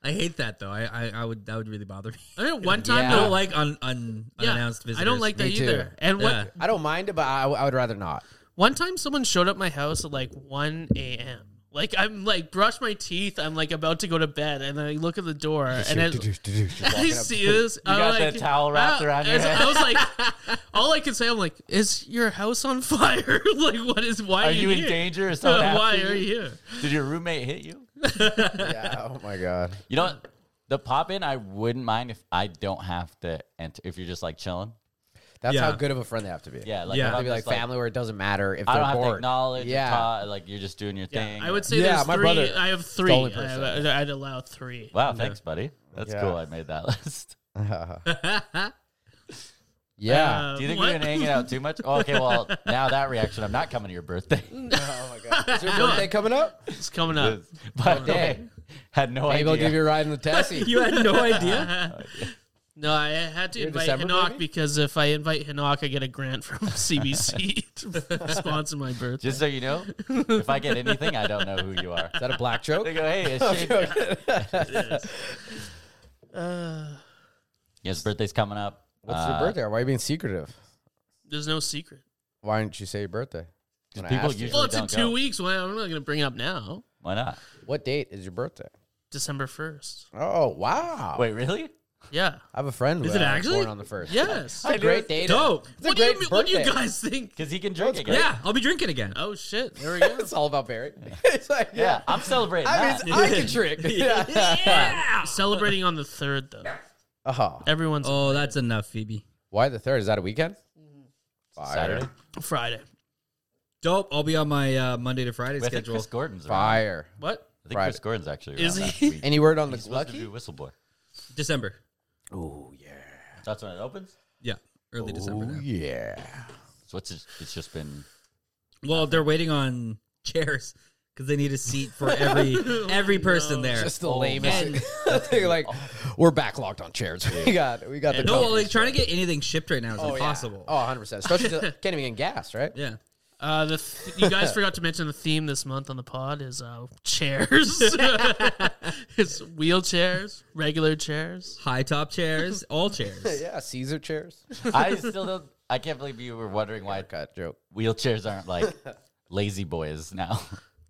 E: I hate that though. I, I, I would that would really bother me. (laughs)
D: I mean, one
E: I
D: time
B: Yeah.
D: though,
E: don't like un, un,
D: yeah,
E: unannounced visitors.
D: I don't like that
B: Me too.
D: either. And
E: Yeah.
D: one
B: I don't mind it, but I, I would rather not.
D: one time, someone showed up my house at like one a.m. Like I'm like brush my teeth. I'm like about to go to bed, and I look at the door, and it, I see this. I
C: got
D: like,
C: the towel wrapped
D: I-
C: around your
D: as-
C: head.
D: I was
C: (laughs)
D: like, all I could say, I'm like, is your house on fire? (laughs) like, what is? Why are,
C: Are you in
D: here?
C: danger? Or something?
D: Uh, (laughs) why are you here?
C: Did your roommate hit you?
B: yeah. Oh my god.
C: You know, what? the pop in. I wouldn't mind if I don't have to enter. If you're just like chilling.
B: That's
E: Yeah.
B: how good of a friend they have to be.
C: Yeah, like
E: Yeah.
C: if
B: They
C: I'm
B: be like
C: just, like,
B: family where it doesn't matter if
C: I
B: they're
C: don't have to
B: bored.
C: acknowledge. Yeah,
B: Yeah.
C: like you're just doing your thing.
D: Yeah, I would say
B: Yeah,
D: there's
B: my
D: three.
B: brother-
D: I have three.
B: only
D: I
B: person.
D: have, I'd allow three.
C: Wow, thanks, buddy. That's
B: Yeah.
C: cool. I made
B: (laughs)
C: that (laughs) list. Uh,
B: yeah.
D: Uh,
C: Do you think
D: what?
C: we've been hanging out too much? Oh, okay,
D: (laughs)
C: well now that reaction, I'm not coming to your birthday. (laughs)
B: oh my god. Is your birthday coming up?
D: It's coming up.
C: but hey, (laughs) had no
B: Maybe I'll (laughs)
C: idea.
B: give you a ride in the taxi.
E: You had no idea.
D: (laughs) No, I had to
B: Your
D: invite
B: December
D: Hanok
B: movie?
D: because if I invite Hanok, I get a grant from (laughs)
B: (laughs)
D: CBC to sponsor my birthday.
C: Just so you know, if I get anything, I don't know who you are.
B: Is that a black joke?
C: They go, hey,
B: (laughs)
C: it's Shane.
D: (laughs)
C: (sighs)
D: Uh,
C: His birthday's coming up.
B: What's
C: Uh,
B: your birthday? Why are you being secretive?
D: there's no secret.
B: Why didn't you say your birthday? When I
C: people
B: asked you.
C: usually-
D: Well, it's in
C: don't
D: two
C: go.
D: weeks. Well, I'm not going to bring it up now.
C: Why not?
B: What date is your birthday?
D: December 1st.
B: Oh wow!
C: Wait, really?
D: Yeah.
B: I have a friend.
F: Is
B: who,
F: it
B: uh, was
F: actually?
B: born on the first? (laughs) It's
D: Yes.
B: a great date.
F: Dope.
B: It's a
D: What do,
B: great
D: you, what do you
B: birthday.
D: guys think?
C: Because he can drink again.
F: Yeah, I'll be drinking again.
D: Oh, shit. There
F: (laughs)
D: we go.
B: It's all about Barry. (laughs) it's like
C: Yeah,
B: yeah.
C: I'm celebrating.
B: I
C: that.
B: mean, I can drink. Yeah.
D: Celebrating on the 3rd, though.
B: (laughs) Oh,
D: Everyone's
E: Oh, that's enough, Phoebe.
B: why the third? Is that a weekend? Fire.
C: Saturday.
D: Friday.
E: Dope. I'll be on my uh, Monday to Friday
C: Wait, I think
E: schedule.
C: Chris Gordon's around.
B: Fire.
D: What?
C: I think
B: Friday.
C: Chris Gordon's actually around
D: Is
C: that
D: he?
C: week.
B: Any word on the
C: He's supposed to
B: Glucky?
C: do Whistleblower.
E: December.
B: Oh yeah.
C: That's when it opens.
E: Yeah, early December.
B: Oh
E: there.
B: yeah.
C: So it's just, it's just been
E: Well, they're waiting on chairs because they need a seat for every every person there.
B: Just the
E: Oh,
B: lamest. (laughs)
E: man.
B: thing. like we're backlogged on chairs. we got we got the
E: No, well,
B: company.
E: like trying to get anything shipped right now is
B: Oh, yeah.
E: impossible.
B: Oh, 100 percent. Especially to- can't even get gas, right?
E: Yeah.
D: Uh, the th-
B: (laughs)
D: you guys forgot to mention the theme this month on the pod is uh, chairs. (laughs) it's wheelchairs, regular chairs.
E: High top chairs, all chairs.
B: Yeah, Caesar chairs.
C: (laughs) I still don't. I can't believe you were wondering why
B: Cut joke.
C: wheelchairs
B: (laughs)
C: aren't like lazy boys now.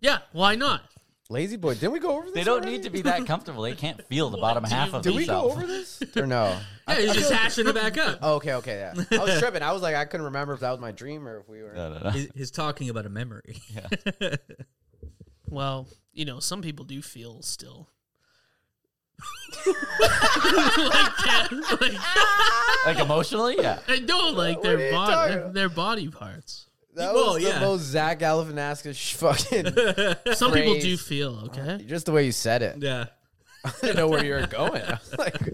D: Yeah, why not?
B: Lazy boy. Didn't we go over this?
C: (laughs) they don't
B: already?
C: need to be that comfortable. They can't feel the bottom half of
B: Did we go
C: themselves.
B: over this or no?
E: Yeah, he's just hashing it back up.
B: Oh, okay, okay. Yeah, I was tripping. I was like, I couldn't remember if that was my dream or if we were.
C: No, no, no.
E: He's, he's talking about a memory. (laughs)
D: Well, you know, some people do feel still. like, that, like
B: (laughs)
C: Like emotionally, yeah.
D: I know, like
B: are
D: their
B: you talking
D: body, their,
B: about?
D: body parts.
B: That
E: Well,
B: was
E: yeah.
B: the most Zach Galifianakis sh- fucking.
D: Some people do
B: Phrase.
D: feel okay.
B: just the way you said it.
E: yeah.
B: (laughs) I didn't know where you were going. I was like, (laughs)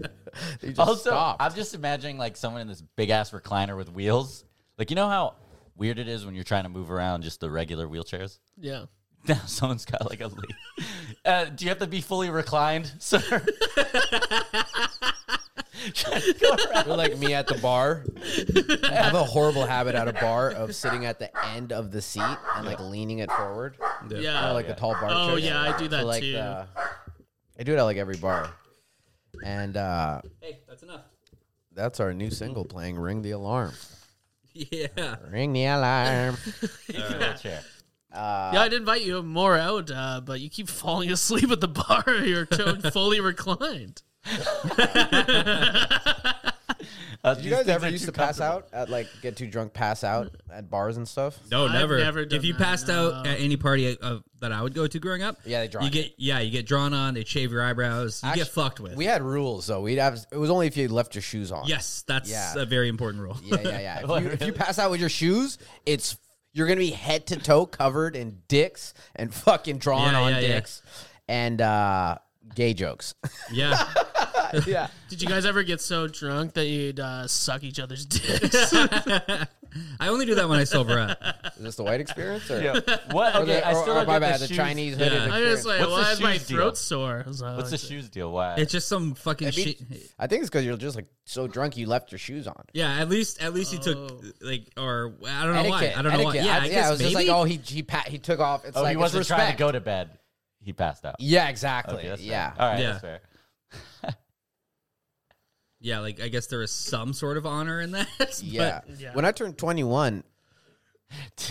B: you just
C: Also,
B: stopped.
C: I'm just imagining like someone in this big ass recliner with wheels. Like you know how weird it is when you're trying to move around just the regular wheelchairs.
D: Yeah.
C: Now (laughs) someone's got like a. Le- uh, do you have to be fully reclined, (laughs) sir?
B: You're like me at the bar. I have a horrible habit at a bar of sitting at the end of the seat and like leaning it forward.
E: Yeah.
D: Yeah.
B: I like the tall bar.
D: Oh,
B: chairs.
D: yeah, I do that
B: like
D: too.
B: the- I do it at like every bar, and uh,
E: Hey, that's enough.
B: that's our new single playing. Ring the alarm.
E: Yeah.
B: Ring the alarm. Uh,
C: Wheelchair.
D: yeah, I'd invite you more out, uh, but you keep (laughs) falling asleep at the bar. (laughs) You're to- fully reclined.
C: Uh,
B: Did
C: these
B: you guys
C: things
B: ever
C: are
B: used
C: too
B: to pass
C: comfortable.
B: out at like get too drunk, pass out at bars and stuff?
E: No,
D: I've
E: never.
D: never done
E: if you
D: that,
E: passed out
D: no.
E: at any party uh, that I would go to growing up,
B: Yeah, they draw
E: you
B: on
E: get yeah, you get drawn on. They shave your eyebrows. You get
B: Actu-
E: fucked with.
B: We had rules though. We'd have it was only if you left your shoes on.
E: yes, that's
B: Yeah.
E: a very important rule.
B: Yeah, yeah,
C: (laughs)
B: yeah. If you, if you pass out with your shoes, it's you're gonna be head to toe covered in dicks and fucking drawn
E: Yeah,
B: on
E: yeah, yeah.
B: dicks and uh, gay
C: (laughs)
B: jokes.
E: (laughs) yeah. (laughs)
B: yeah,
D: Did you guys ever get so drunk that you'd uh, suck each other's (laughs) dicks?
E: I only do that when I sober up.
B: (laughs) is this the white experience or?
C: Yeah. (laughs) What?
B: Or
C: Okay,
B: the,
C: I
B: or-
C: still
B: or
C: don't
B: my
C: get
B: bad,
C: the
B: the
C: shoes.
B: Chinese
C: Yeah.
B: hooded
D: I'm
B: experience.
D: just like,
C: What's the
D: why is my
C: shoes deal?
D: throat sore? I was like,
C: What's the shoes deal? Why?
E: It's just some fucking
B: I, mean,
E: shit.
B: I think it's because you're just like so drunk you left your shoes on.
E: Yeah, at least at least you
D: Oh.
E: took like or I don't know why I don't know why.
B: etiquette.
E: Yeah, I, guess
B: it was
E: maybe.
B: just like oh he he pat, he took off. It's
C: oh,
B: like
C: he
B: it's
C: wasn't trying to
B: respect.
C: go to bed. He passed out.
B: Yeah, exactly.
C: Okay, that's fair.
B: yeah.
C: All right,
E: Yeah.
C: that's fair.
E: yeah, like I guess there is some sort of honor in that. but-
B: (laughs) Yeah.
D: Yeah.
B: When I turned 21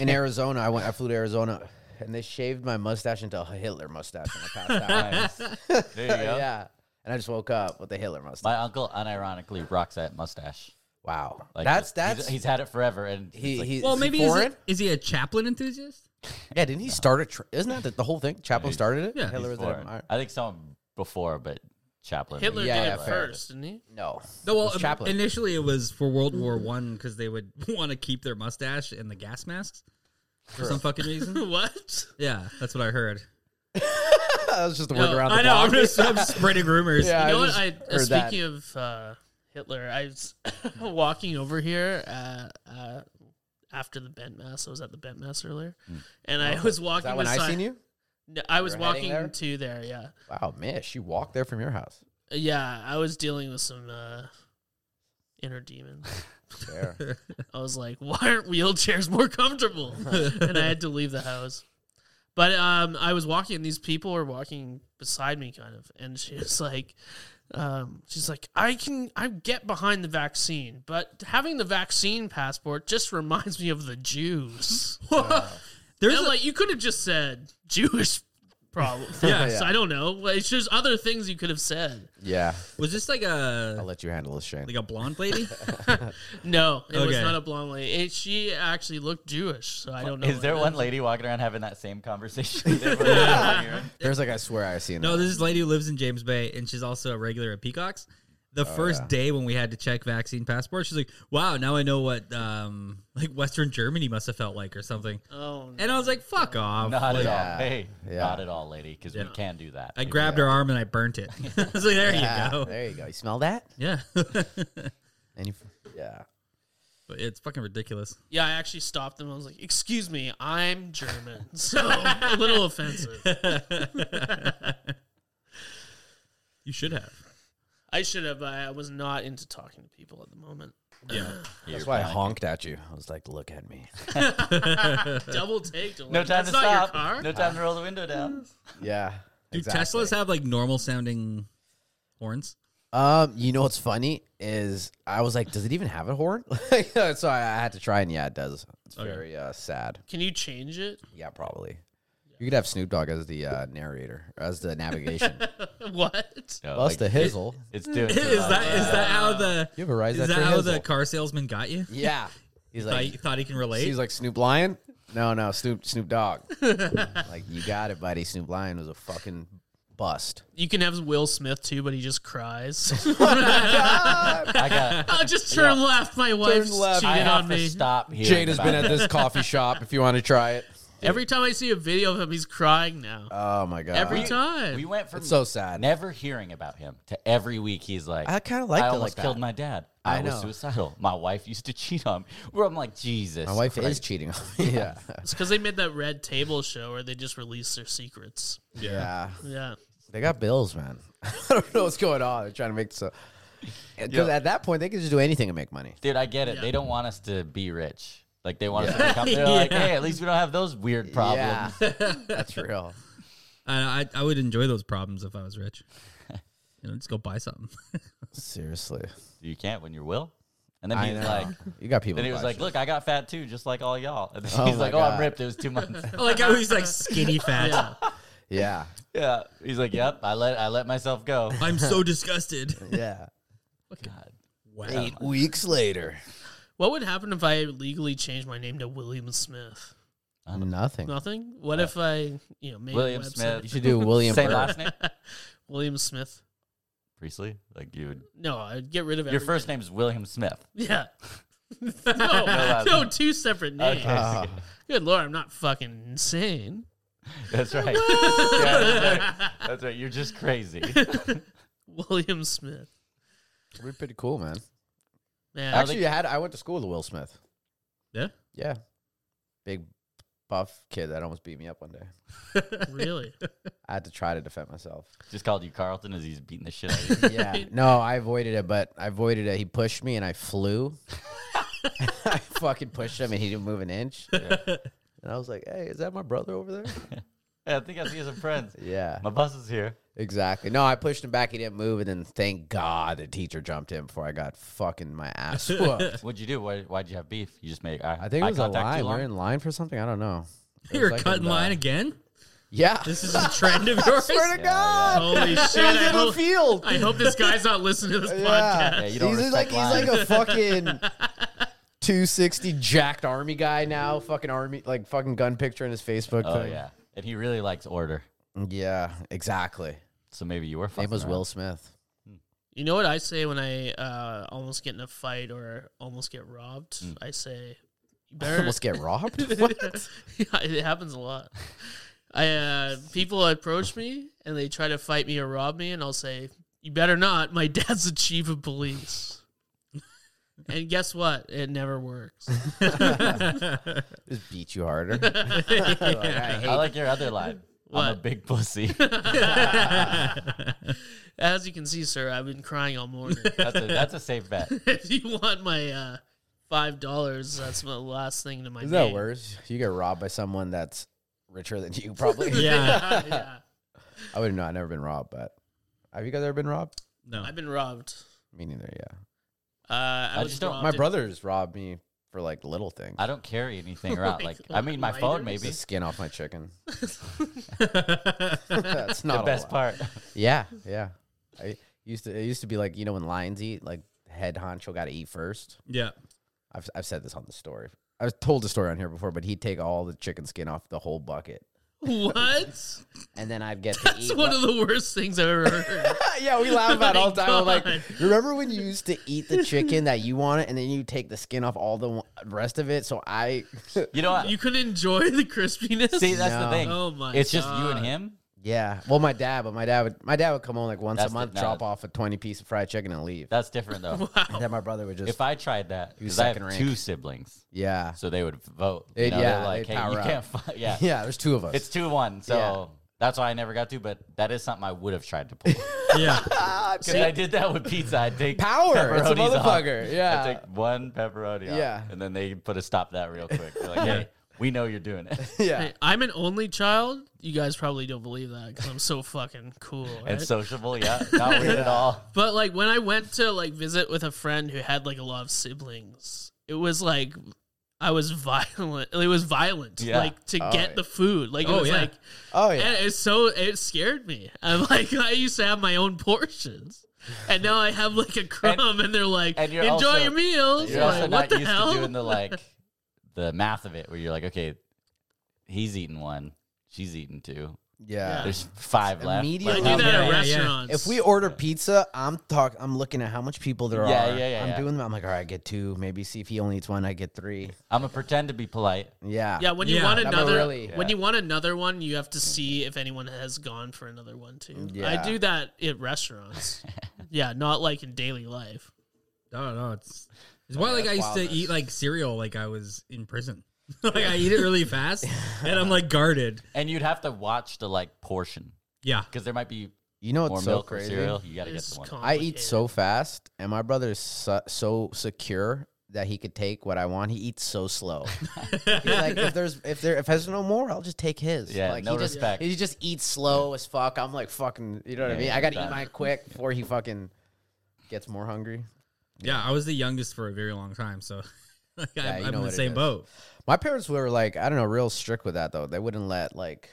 B: in Arizona, I went. I flew to Arizona, and they shaved my mustache into a Hitler mustache, and I passed
E: (laughs)
B: out.
C: Nice. There (laughs) you go.
B: yeah. And I just woke up with a Hitler mustache.
C: My uncle unironically rocks that mustache.
B: Wow.
C: Like
B: that's
C: he's-
B: that's
C: he's, he's had it forever, and
B: he,
C: he, like,
B: he.
E: (laughs) well,
B: is
E: maybe
B: he
E: is,
B: foreign.
E: it, is he a Chaplin enthusiast?
B: Yeah. Didn't he start a? Tr- isn't that the, the whole thing? Chaplin started it.
E: yeah, he's
B: Hitler was
C: he's
B: an
C: foreign.
B: admirer.
C: I think someone before, but Chaplin.
D: Hitler
B: Yeah,
D: did
B: yeah,
D: it
B: fair.
D: first, didn't he? (laughs)
B: No.
E: No, well, um,
B: It's Chaplin.
E: initially it was for World War One because they would (laughs) want to keep their mustache and the gas masks for some
B: (laughs)
E: fucking reason.
D: what?
E: yeah, that's what I heard.
B: (laughs) that was just a word around the
E: I know. I'm
B: block.
E: just
B: (laughs)
E: I'm spreading rumors.
B: Yeah.
D: You know
B: I
D: what?
B: just
D: I, uh,
B: heard that.
D: speaking of uh, Hitler, I was (laughs) walking over here uh, uh, after the bent mass. I was at the bent mass earlier, and I was
B: Hmm. Oh, Is
D: walking.
B: that when I
D: beside-
B: seen you?
D: No, I was
B: were heading
D: walking
B: there?
D: to there. Yeah,
B: Wow, Mish, you walked there from your house.
D: yeah. I was dealing with some uh, inner demon.
B: Fair. (laughs)
D: I was like, (laughs) why aren't wheelchairs more
E: (laughs)
D: comfortable? and I had to leave the house. But um, I was walking, and these people were walking beside me, kind of. And she was like, um, she's like, I can, I get behind the vaccine, but having the vaccine passport just (laughs) reminds me of the Jews.
E: There's
D: And I'm
E: a-
D: like, you could have just said Jewish problems.
E: (laughs) Yeah.
D: yes, I don't know. Like, it's just other things you could have said.
B: yeah.
E: was this like
B: I'll
E: a
B: let you handle this, Shane.
E: like a blonde lady?
D: No, it was
E: Okay.
D: not a blonde lady. It, she actually looked Jewish, so I don't know.
C: Is there
D: what
C: one
D: that-
C: lady walking around having that same (laughs) conversation? with everyone?
B: There's like I swear I've seen
E: no,
B: that.
E: this is lady who lives in James Bay, and she's also a regular at Peacocks. The
B: Oh,
E: first day when we had to check vaccine passport, she's like, "Wow, now I know what um like Western Germany must have felt like or something."
D: Oh, no.
E: And I was like, "Fuck off!"
C: Not at
E: Like,
C: all.
B: Yeah.
C: Hey,
B: Yeah.
C: not at all, lady, because
E: Yeah.
C: we can do that.
E: I grabbed her arm and I burnt it. (laughs) I was like, "There
B: Yeah,
E: you go."
B: Ah, There you go. You smell that?
E: Yeah, (laughs)
B: And you, yeah.
E: but it's fucking ridiculous.
D: Yeah, I actually stopped them. I was like, "Excuse me, I'm German," (laughs) so a little offensive.
E: You should have.
D: I should have. but I was not into talking to people at the moment.
E: Yeah.
C: You're
B: That's why I
C: fine.
B: honked at you. I was like, look at me.
D: Double take.
C: No time
D: That's
C: to
D: not
C: stop.
D: Your car.
C: No time to roll the window down.
B: (laughs)
D: (laughs)
B: Yeah.
E: Do
B: exactly.
E: Teslas have like normal sounding horns? (laughs)
B: Um, you know what's funny is I was like, does it even have a horn? (laughs) Like, so I, I had to try, and yeah, it does. It's
E: Okay.
B: very uh, sad.
D: Can you change it? (laughs)
B: Yeah, probably. You could have Snoop Dogg as the uh, narrator, as the (laughs) navigation.
D: What?
C: No,
B: Plus
C: like,
B: the hizzle.
C: it's
D: (laughs)
C: doing.
E: Is that is that how the
B: You ever rise
E: is
B: Uh, that
E: that
B: tree
E: how
B: hizzle?
E: the car salesman got you?
B: Yeah. He's
E: Thought you
B: like,
E: thought he can relate.
B: he's like Snoop Lion. No, no, Snoop Snoop
C: (laughs)
B: Dogg. like you got it, buddy. Snoop Lion was a fucking bust.
D: You can have Will Smith too, but he
C: (laughs)
D: just cries. (laughs)
C: I got.
D: oh, just turn left. My wife's
B: left.
C: I
D: cheated
C: have
D: on
C: to
D: me.
C: stop here.
B: Jade has been at this coffee shop. If you want to try it.
D: Every time I see a video of him, he's crying now.
B: Oh my god.
D: Every time.
C: Uh, We went from
B: It's so sad.
C: never hearing about him to every week he's like,
B: I kinda liked
C: I
B: it
C: almost
B: like
C: killed
B: that."
C: my dad. I,
B: I
C: was
B: know.
C: suicidal. My wife used to (laughs) cheat on me. Where I'm like, Jesus.
B: My wife is
C: Christ.
B: cheating on me. (laughs) Yeah.
D: it's because they made that red table show where they just release their secrets.
B: yeah.
D: Yeah.
B: They got bills, man. (laughs) I don't know what's going on. They're trying to make so. Because
C: Yeah.
B: at that point, they can just do anything and make money.
C: Dude, I get it.
D: Yeah.
C: They don't want us to be rich. Like they want us to become. They're
D: (laughs)
C: like, hey, at least we don't have those weird problems.
B: Yeah,
C: (laughs)
B: that's real.
E: I, I I would enjoy those problems if I
B: (laughs)
E: was rich. You know, just go buy something.
B: Seriously,
C: You can't when you're Will. And then
B: I
C: he's
B: know.
C: like,
B: you got people.
C: then he was
B: buy
C: like,
B: shit.
C: look, I got fat too, just like all y'all. And then
B: Oh
C: he's
B: my
C: like, oh, I'm
B: God.
C: ripped. It was two
D: (laughs)
C: months.
E: like how he's
B: (laughs)
E: like skinny fat.
D: Yeah.
B: yeah,
C: (laughs) yeah. He's like, yep. I let I let myself go.
E: I'm so disgusted.
B: yeah.
C: God.
E: Wow.
B: Eight weeks later,
D: What would happen if I legally changed my name to William Smith?
B: nothing.
D: Nothing. What if I, you know, made
C: William
D: a website?
C: Smith.
B: You should do William.
C: Say
B: Burr.
C: last name.
D: (laughs) William Smith.
C: Priestley. Like you. Would,
D: No, I'd get rid of
C: your
D: everything.
C: first name is William Smith.
D: (laughs)
C: (laughs)
D: Yeah. (laughs) no, no, two separate names.
C: Okay. Uh-huh.
B: Ah,
D: Good lord, I'm not fucking insane.
C: That's right. (laughs) Yeah, that's right. That's right. You're just crazy.
D: (laughs) William Smith.
B: we're pretty cool, man.
D: Man, (laughs)
B: Actually, you had. I went to school with Will Smith.
E: Yeah?
B: Yeah. Big buff kid that almost beat me up one day.
D: really?
B: I had to try to defend myself.
C: Just called you Carlton as he's beating the shit out of you.
B: Yeah. No, I avoided it, but I avoided it. He pushed me and I flew. (laughs) I fucking pushed him and he didn't move an inch. And I was like, hey, is that my brother over there?
C: I think I see some friends.
B: (laughs) Yeah,
C: My bus is here.
B: exactly. No, I pushed him back. He didn't move. And then thank God the teacher jumped in before I got fucking my ass whooped.
C: What'd you do? Why, why'd you have beef? You just made.
B: I think it was a
C: contact
B: line.
C: too long?
B: We're in line for something. I don't know. It was
E: You're
B: like
E: cutting
B: in the- (laughs)
E: line again?
B: Yeah.
E: This is a trend (laughs) of yours?
B: Swear to God.
C: (laughs)
B: It
D: Holy shit.
B: was
D: I
B: in the
D: hope,
B: field.
D: I hope this guy's not listening to this
B: Yeah.
D: podcast.
C: Yeah, you don't
B: he's like
C: respect
B: he's like a fucking
C: (laughs)
B: 260 jacked army guy now. Fucking army, like fucking gun picture in his Facebook.
C: Oh
B: thing.
C: yeah, and he really likes order.
B: yeah, exactly.
C: So maybe you were.
B: Name
C: fucking
B: was
C: around.
B: Will
C: (laughs)
B: Smith.
D: You know what I say when I uh, almost get in a fight or almost get robbed?
C: Mm.
D: I say, you better.
B: Almost get
C: (laughs)
B: robbed. What?
D: (laughs) yeah, it happens a lot. I uh, people approach me and they try to fight me or rob me, and I'll say, "You better not." My (laughs) dad's the chief of police. (laughs) and guess what? It never works. (laughs)
C: (laughs)
B: Just beat you harder. Like, I hate
C: I like your other line. I'm a
D: What?
C: big pussy.
D: (laughs) As you can see, sir, I've been crying all morning.
C: That's
D: (laughs)
C: a, that's a safe bet.
D: if you want my uh, five dollars, that's the last thing to my
B: Is
D: name.
B: that worse? You get robbed by someone that's richer than you,
C: (laughs)
B: probably.
E: Yeah.
D: (laughs) yeah,
B: I would not. I've never been robbed, but have you guys ever been robbed?
E: No.
D: I've been robbed.
B: Me neither. Yeah.
D: Uh, I,
C: I
D: was
C: just don't-
D: robbed
B: My
D: at-
B: brothers robbed me for like little things.
C: I don't carry
D: Oh
C: anything around. Like, I mean, my
D: Lighters?
C: phone
B: It's
C: maybe.
B: the skin off my
C: (laughs)
B: chicken.
E: yeah.
D: (laughs)
B: That's
C: The
B: not a
C: best
B: lot.
C: part.
B: Yeah, yeah. I used to. It used to be like you know when lions eat, like the head honcho got to eat first. I've I've said this on the story. I was told the story on here before, but he'd take all the chicken skin off the whole bucket,
D: What?
B: and then I'd get to
D: (laughs) That's
B: eat.
D: one of the worst things I've ever heard.
B: (laughs) yeah, we laugh about it all the time. I'm like,
D: (laughs) God.
B: remember when you used to eat the
D: (laughs)
B: chicken that you wanted, and then you take the skin off all the wa- rest of it? So I, (laughs)
C: You know what?
D: you could enjoy the
C: (laughs)
D: crispiness.
C: See, that's
B: No.
C: the thing.
D: Oh my
C: It's just you
D: God.
C: and him.
B: yeah. Well, my dad, but my dad would my dad would come home like once
C: That's
B: a
C: the-
B: month,
C: no.
B: chop off a twenty piece of fried chicken, and leave.
C: That's different
D: (laughs)
C: though.
B: And then my brother would just,
C: If I tried that,
B: You
C: because I have
B: second rank.
C: two siblings,
B: yeah,
C: so they would vote.
B: They'd-
C: You know,
B: yeah,
C: they're like,
B: they'd
C: hey,
B: power
C: you
B: up.
C: can't.
B: (laughs)
C: Fight. (laughs) Yeah,
B: yeah. There's two of us.
C: It's two one. So
B: Yeah.
C: that's why I never got to. But that is something I would have tried
B: (laughs)
C: to pull.
E: Yeah.
D: Ah,
C: Because I did that with pizza. I take
B: Power, it's a
C: pepperonis off.
B: motherfucker, yeah.
C: I take one pepperoni. Off,
B: Yeah.
C: and then they put a stop to that real quick. They're
D: (laughs)
C: like, hey, we know you're doing
B: (laughs)
C: it.
B: (laughs) yeah.
D: Hey, I'm an only child. You guys probably don't believe that because I'm so fucking cool.
C: and
D: right?
C: sociable. Yeah, not
B: (laughs)
C: weird at all.
D: But like when I went to like visit with a friend who had like a lot of siblings, it was like I was violent. It was violent.
C: Yeah.
D: Like to
B: Oh,
D: get
B: yeah.
D: the food. Like it
E: Oh,
D: was
E: yeah.
D: like
B: Oh
C: (laughs)
D: and
B: yeah.
D: it's so it scared me. I'm like (laughs) I used to have my own portions. And now I have like a crumb and, they're like
C: and you're
D: enjoy
C: also-
D: your meals.
C: You're
D: Like,
C: also
D: what
C: not
D: the
C: used
D: hell?
C: to doing the
D: (laughs)
C: like the math of it, where you're like, okay, he's eating one, she's eating two.
B: Yeah.
C: There's five left.
B: immediate-
D: I do
C: Like, um,
D: that
C: how
D: at
C: many-
E: yeah, yeah.
D: restaurants.
B: If we order pizza, I'm talk. I'm looking at how much people there
C: Yeah,
B: are.
C: yeah, yeah,
B: I'm
C: yeah.
B: doing. I'm like, all right, I get two. Maybe see if he only eats one, I get three.
C: I'm gonna pretend to be polite.
B: Yeah.
D: Yeah, when you
E: Yeah,
D: want
B: that would
D: another
B: really-
D: when you want another one, you have to see if anyone has gone for another one too. I
B: Mm, Yeah.
D: do that at restaurants. yeah, not like in daily life.
E: I don't know. It's it's why like
B: that's
E: I used to
B: wildness.
E: eat like cereal like I was in prison. (laughs) like I eat it really
B: (laughs)
E: fast and I'm like guarded.
C: And you'd have to watch the like portion
E: Yeah.
C: because there might be
B: You know
C: more
B: what's Oh, so
C: milk or
B: crazy?
C: cereal. You gotta get
D: It's
C: the one.
B: I eat so fast, and my brother is so, so secure that he could take what I want. He eats so
C: (laughs)
B: slow. He's like, if there's if there if there's no more, I'll just take his.
C: Yeah,
B: like,
C: no
B: he just,
C: respect.
B: He just eats slow as fuck. I'm like fucking. You know what
C: Yeah,
B: I mean?
C: yeah,
B: I gotta
C: done.
B: eat mine quick before he fucking gets more hungry.
E: Yeah, I was the youngest for a very long time, so (laughs) like,
B: Yeah,
E: I,
B: you
E: I'm
B: know
E: in the
B: what it
E: same
B: is.
E: boat.
B: My parents were like, I don't know, real strict with that though. They wouldn't let like,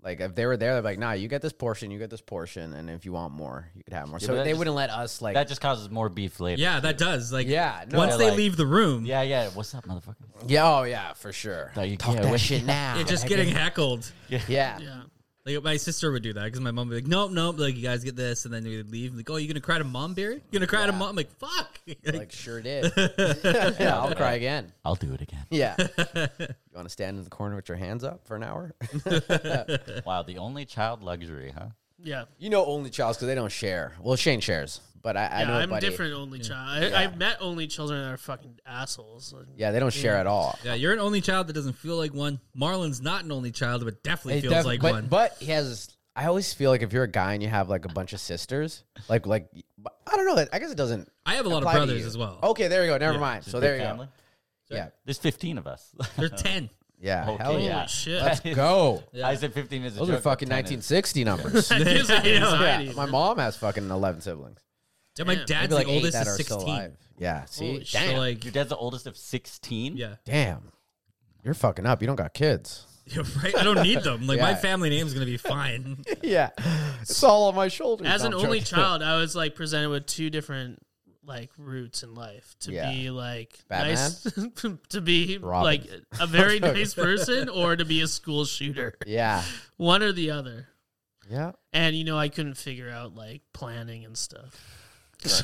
B: like if they were there, they're like, nah, you get this portion, you get this portion, and if you want more, you could have more.
C: Yeah,
B: so
C: but that
B: they
C: just-
B: wouldn't let us like,
C: That just causes more beef later.
E: Yeah, that does. Like
B: yeah, no,
E: once
C: Yeah,
E: they
C: like-
E: leave the room,
C: yeah, yeah. What's up, motherfucker?
B: yeah, oh yeah, for sure.
C: No, you
B: Talk
C: can't
B: that
C: wait.
B: shit now.
E: yeah, just getting heckled.
B: (laughs) yeah,
D: Yeah.
E: Like my sister would do that because my mom would be like, "Nope, nope." Like you guys get this, and then we'd leave. Like, oh, you gonna cry to mom, Barry? You gonna cry to mom? I'm like, fuck. (laughs)
B: like sure did. (laughs) yeah, I'll cry again.
C: (laughs) I'll do it again.
B: Yeah, you want to stand in the corner with your hands up for an hour? (laughs)
C: wow, the only child luxury, huh?
D: Yeah.
B: you know, only childs because they don't share. Well, Shane shares, but I, I
D: Yeah,
B: know a
D: I'm
B: buddy-
D: different only child. I, I've met only children that are fucking assholes.
B: Yeah, they don't share at all.
E: yeah, you're an only child that doesn't feel like one. Marlon's not an only child, but definitely
B: It
E: feels
B: def-
E: like
B: but,
E: one.
B: But he has. I always feel like if you're a guy and you have like a bunch of sisters, like like I don't know. I guess it doesn't.
E: I have a lot of
B: apply to
E: brothers
B: you. Oh.
E: as well.
B: Okay, there you go. Never mind.
C: Just
B: So
C: big
B: Oh, there you
C: family.
B: go. Yeah,
C: There's 15 of us.
E: They're ten.
B: yeah.
C: Okay,
B: Hell yeah.
D: Holy
C: (laughs)
D: shit.
B: Let's go.
C: I said 15 is a
B: Those
C: joke.
B: are fucking
C: but 10 is-
B: 1960
E: (laughs)
B: numbers.
D: (laughs) That gives me anxiety.
B: yeah. My mom has fucking 11 siblings.
E: Yeah, my
D: Damn.
E: dad's
B: Maybe like
E: the
B: eight
E: oldest
B: that
E: is
B: are still
E: sixteen.
B: alive. Yeah. See.
D: Holy
E: So
D: shit.
B: damn.
E: like, (laughs)
C: Your dad's the oldest of 16?
E: yeah,
B: damn. You're fucking up. You don't got
E: (laughs)
B: kids.
E: Yeah, right. I don't need them. Like my
B: Yeah.
E: family name's gonna be fine.
B: (laughs) yeah. It's all on my shoulders.
D: As
B: No,
D: an
B: I'm (laughs)
D: only
B: joking.
D: child, I was like presented with two different like routes in life to
B: Yeah.
D: be like
B: Batman?
D: nice (laughs) to be
B: Robin.
D: like
B: (laughs)
D: a very nice person or to be a school shooter.
B: Yeah.
D: One or the other.
B: Yeah.
D: And you know, I couldn't figure out like planning and stuff. (laughs)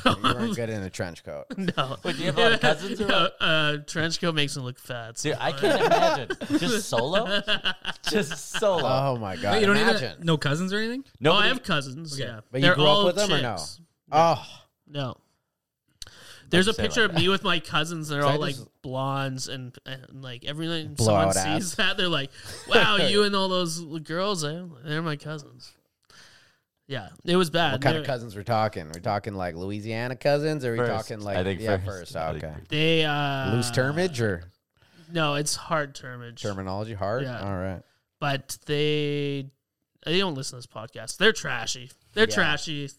B: You
E: (laughs)
B: weren't good in a trench coat.
D: No. (laughs)
C: Wait, do you have a lot of cousins or
D: No,
C: what?
D: uh, trench coat makes him look fat. Oh, so-
C: Dude, I can't imagine. Just
D: (laughs)
C: solo? Just solo.
B: Oh my god.
E: Wait, you don't
B: Imagine.
E: even no cousins or anything.
D: no,
C: Nobody-
D: I have cousins.
E: Okay.
D: Yeah.
B: But you grew up with them or no? Oh.
D: no? No. There's a
C: Like you said,
D: picture of me with my cousins. They're
B: I
D: all like
B: just-
D: blondes, and, and like every time someone
B: Blowout
D: sees
B: ass.
D: that, they're like,
B: (laughs)
D: "Wow, you and all those girls, eh? they're my cousins." Yeah, it was bad.
B: What kind of
D: They-
B: cousins we're talking? We're talking like Louisiana cousins, or are we
C: First.
B: talking like
C: I think
B: yeah,
C: first.
B: first? Oh,
C: I think
B: okay,
D: They uh,
B: loose termage or
D: No, it's hard termage.
B: terminology hard.
D: Yeah.
B: All right,
D: but they they don't listen to this podcast. They're trashy. They're
B: Yeah.
D: trashy.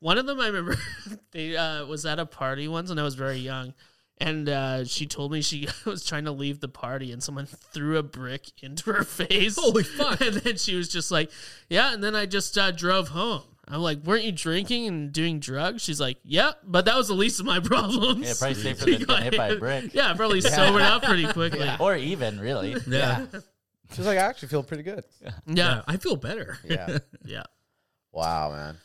D: One of them I remember (laughs) they uh, was at a party once and I was very young. And uh, she told me she (laughs) was trying to leave the party, and someone threw a brick into her (laughs) face.
E: Holy
D: (laughs)
E: fuck.
D: And then she was just like, "Yeah." And then I just uh, drove home. I'm like, "Weren't you drinking and doing drugs?" She's like, "Yep," but that was the least of my (laughs) problems.
C: Yeah, probably
D: (laughs)
C: safer than getting hit by a brick.
D: Yeah, probably sobered
C: (laughs)
D: up pretty quickly. Yeah,
C: Or even
D: (laughs)
C: really.
E: Yeah.
B: she's like, I actually feel pretty
C: (laughs)
B: good.
E: yeah.
D: yeah.
E: I feel better.
B: Yeah. Wow, man.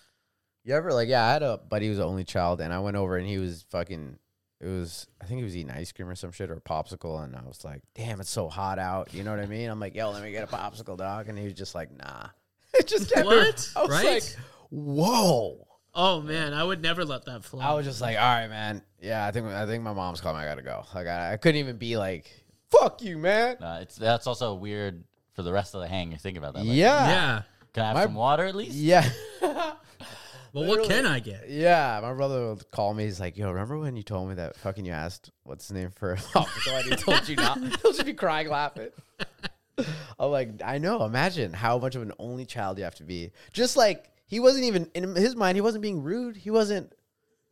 B: You ever like yeah, I had a buddy who was the only child and I went over and he was fucking it was I think he was eating ice cream or some shit or a popsicle and I was like, Damn, it's so hot out. You know what I mean? I'm like, yo, let me get a popsicle dog and he was just like, nah. (laughs) It just kept
D: What?
B: I was
E: Right?
B: like, Whoa.
D: Oh man, I would never let that fly.
B: I was just like, All right, man. Yeah, I think I think my mom's calling, I gotta go. Like I, I couldn't even be like, Fuck you, man.
C: No, it's that's also weird for the rest of the hang. You think about that. Like,
B: yeah.
E: Yeah.
C: Can I have
B: My-
C: some water at least?
B: Yeah. (laughs)
E: Well, what
B: Literally.
E: can I get?
B: Yeah, my brother would call me. He's like, "Yo, remember when you told me that fucking you asked what's the name for a (laughs) hospital and he told you not?" (laughs) He'll just be crying, laughing. (laughs) I'm like, I know. Imagine how much of an only child you have to be. Just like he wasn't even in his mind. He wasn't being rude. He wasn't.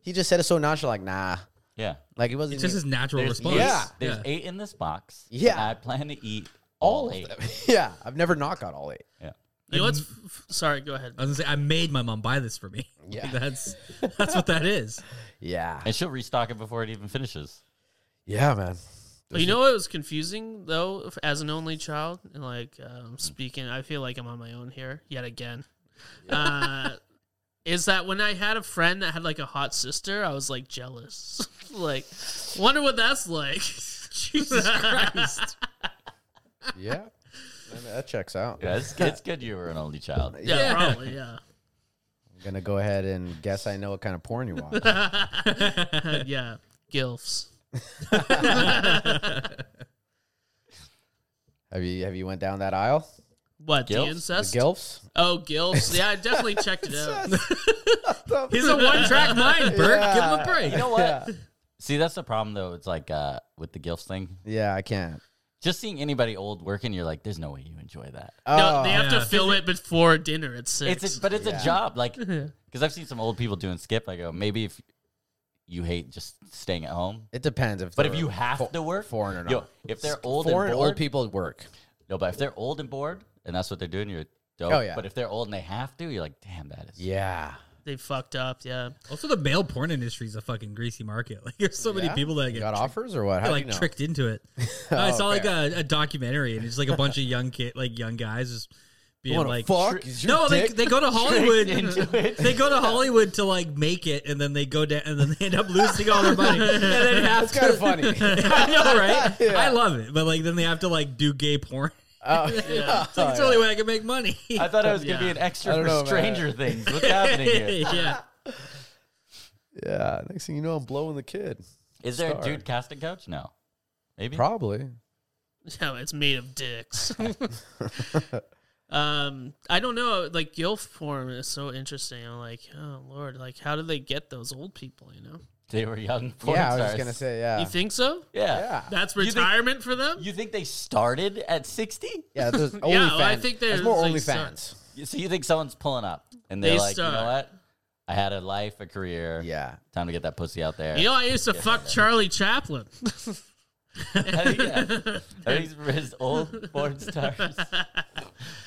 B: He just said it so nonchalant, like, "Nah."
C: Yeah.
B: Like he wasn't.
E: It's just his
B: even-
E: natural
C: There's
E: response.
C: eight-
B: Yeah.
C: There's
E: Yeah.
C: eight in this box. and
B: Yeah.
C: I plan to eat all, eight.
B: (laughs) yeah, I've never not got all eight.
C: Yeah.
D: You know what's? F- f- sorry, go ahead.
E: I was gonna say I made my mom buy this for me.
B: Yeah.
E: Like, (laughs) that's that's what that is.
B: Yeah,
C: And she'll restock it before it even finishes.
B: yeah, man.
D: But you know what was confusing though, if- as an only child, and like um, speaking, I feel like I'm on my own here yet again. Uh, is that when I had a friend that had like a hot sister, I was like jealous. (laughs) like, wonder what that's like. (laughs) Jesus Christ!
C: (laughs)
B: Yeah, I mean, that checks out.
C: Yeah, it's, it's good you were an only child.
B: (laughs)
D: yeah,
E: Yeah.
D: probably. Yeah,
B: I'm gonna go ahead and guess I know what kind of porn you
C: (laughs)
B: watch.
D: yeah, (laughs) gilfs.
B: have you have you went down that aisle?
C: Gilfs?
D: What the
C: The
B: The
D: incest?
B: gilfs.
D: oh, gilfs. Yeah, I definitely checked it out.
E: He's a one track mind, Bert. Give him
B: Yeah.
E: a break.
C: You know what?
B: Yeah.
C: See, that's the problem though. It's like uh, with the gilfs thing.
B: Yeah, I can't.
C: Just seeing anybody old working, you're like, there's no way you enjoy that.
D: No,
B: Oh,
D: they have
E: yeah.
D: to film it before dinner at six.
C: Oh.
D: Mm-hmm.
C: It's a, but it's
B: Yeah.
C: a job, like because I've seen some old people doing skip. I go, maybe if you hate just staying at home,
B: it depends if.
C: but
B: they're
C: if you have
B: fo-
C: to work,
B: foreign or not,
C: yo, if they're old
B: foreign
C: and bored,
B: old people work.
C: no, but if they're old and bored, and that's what they're doing, you're dope.
B: Oh, yeah.
C: But if they're old and they have to, you're like, damn, that is.
B: Yeah,
D: they fucked up. Yeah.
E: Also, the male porn industry is a fucking greasy market. (laughs) Like, there's so many
B: Yeah?
E: people that
B: you
E: get
B: got offers or what? How
E: I,
B: do
E: like
B: you know? Oh,
E: tricked
B: (laughs)
E: into it. I saw like a, a documentary, and it's like a bunch of young kid, like young guys, just being
B: wanna
E: like,
B: fuck? Is your
E: no, they,
B: dick
E: they go to Hollywood.
C: into it?
E: (laughs) They go to Hollywood to like make it, and then they go down, and then they end up losing all
B: (laughs)
E: their money. And then have
B: That's kind of funny.
E: (laughs) I know, right?
B: (laughs) Yeah.
E: I love it, but like then they have to like do gay porn. (laughs)
B: Oh, (laughs)
E: It's like it's the only way I can make money.
C: I thought it was gonna be
D: Yeah.
C: an extra
B: I don't
C: for
B: know, man.
C: Stranger Things. What's happening
D: (laughs)
C: here?
E: yeah,
B: yeah. Next thing you know, I'm blowing the kid.
C: Is there a
B: Star.
C: dude casting couch? No, maybe.
B: Probably.
D: No, it's made of
C: (laughs)
D: dicks. (laughs) um, I don't know. Like Gilf porn is so interesting. I'm like, oh lord, like how did they get those old people? You know,
C: they were young. Porn
B: yeah, I was just
C: stars.
B: gonna say yeah.
D: you think so?
C: Yeah.
B: yeah.
D: That's
C: You think-
D: retirement for them.
C: You think they started at sixty?
D: (laughs)
B: yeah, there's OnlyFans.
D: well, I think
B: That's
D: there's,
B: more
D: like,
B: OnlyFans.
C: So you think someone's pulling up and they're
D: They
C: like, you
D: start.
C: know what? I had a life, a career.
B: Yeah,
C: Time to get that pussy out there. (laughs)
D: You know, I used to fuck Charlie Chaplin. (laughs)
C: I think, yeah. I think it's for his old porn
D: (laughs)
C: stars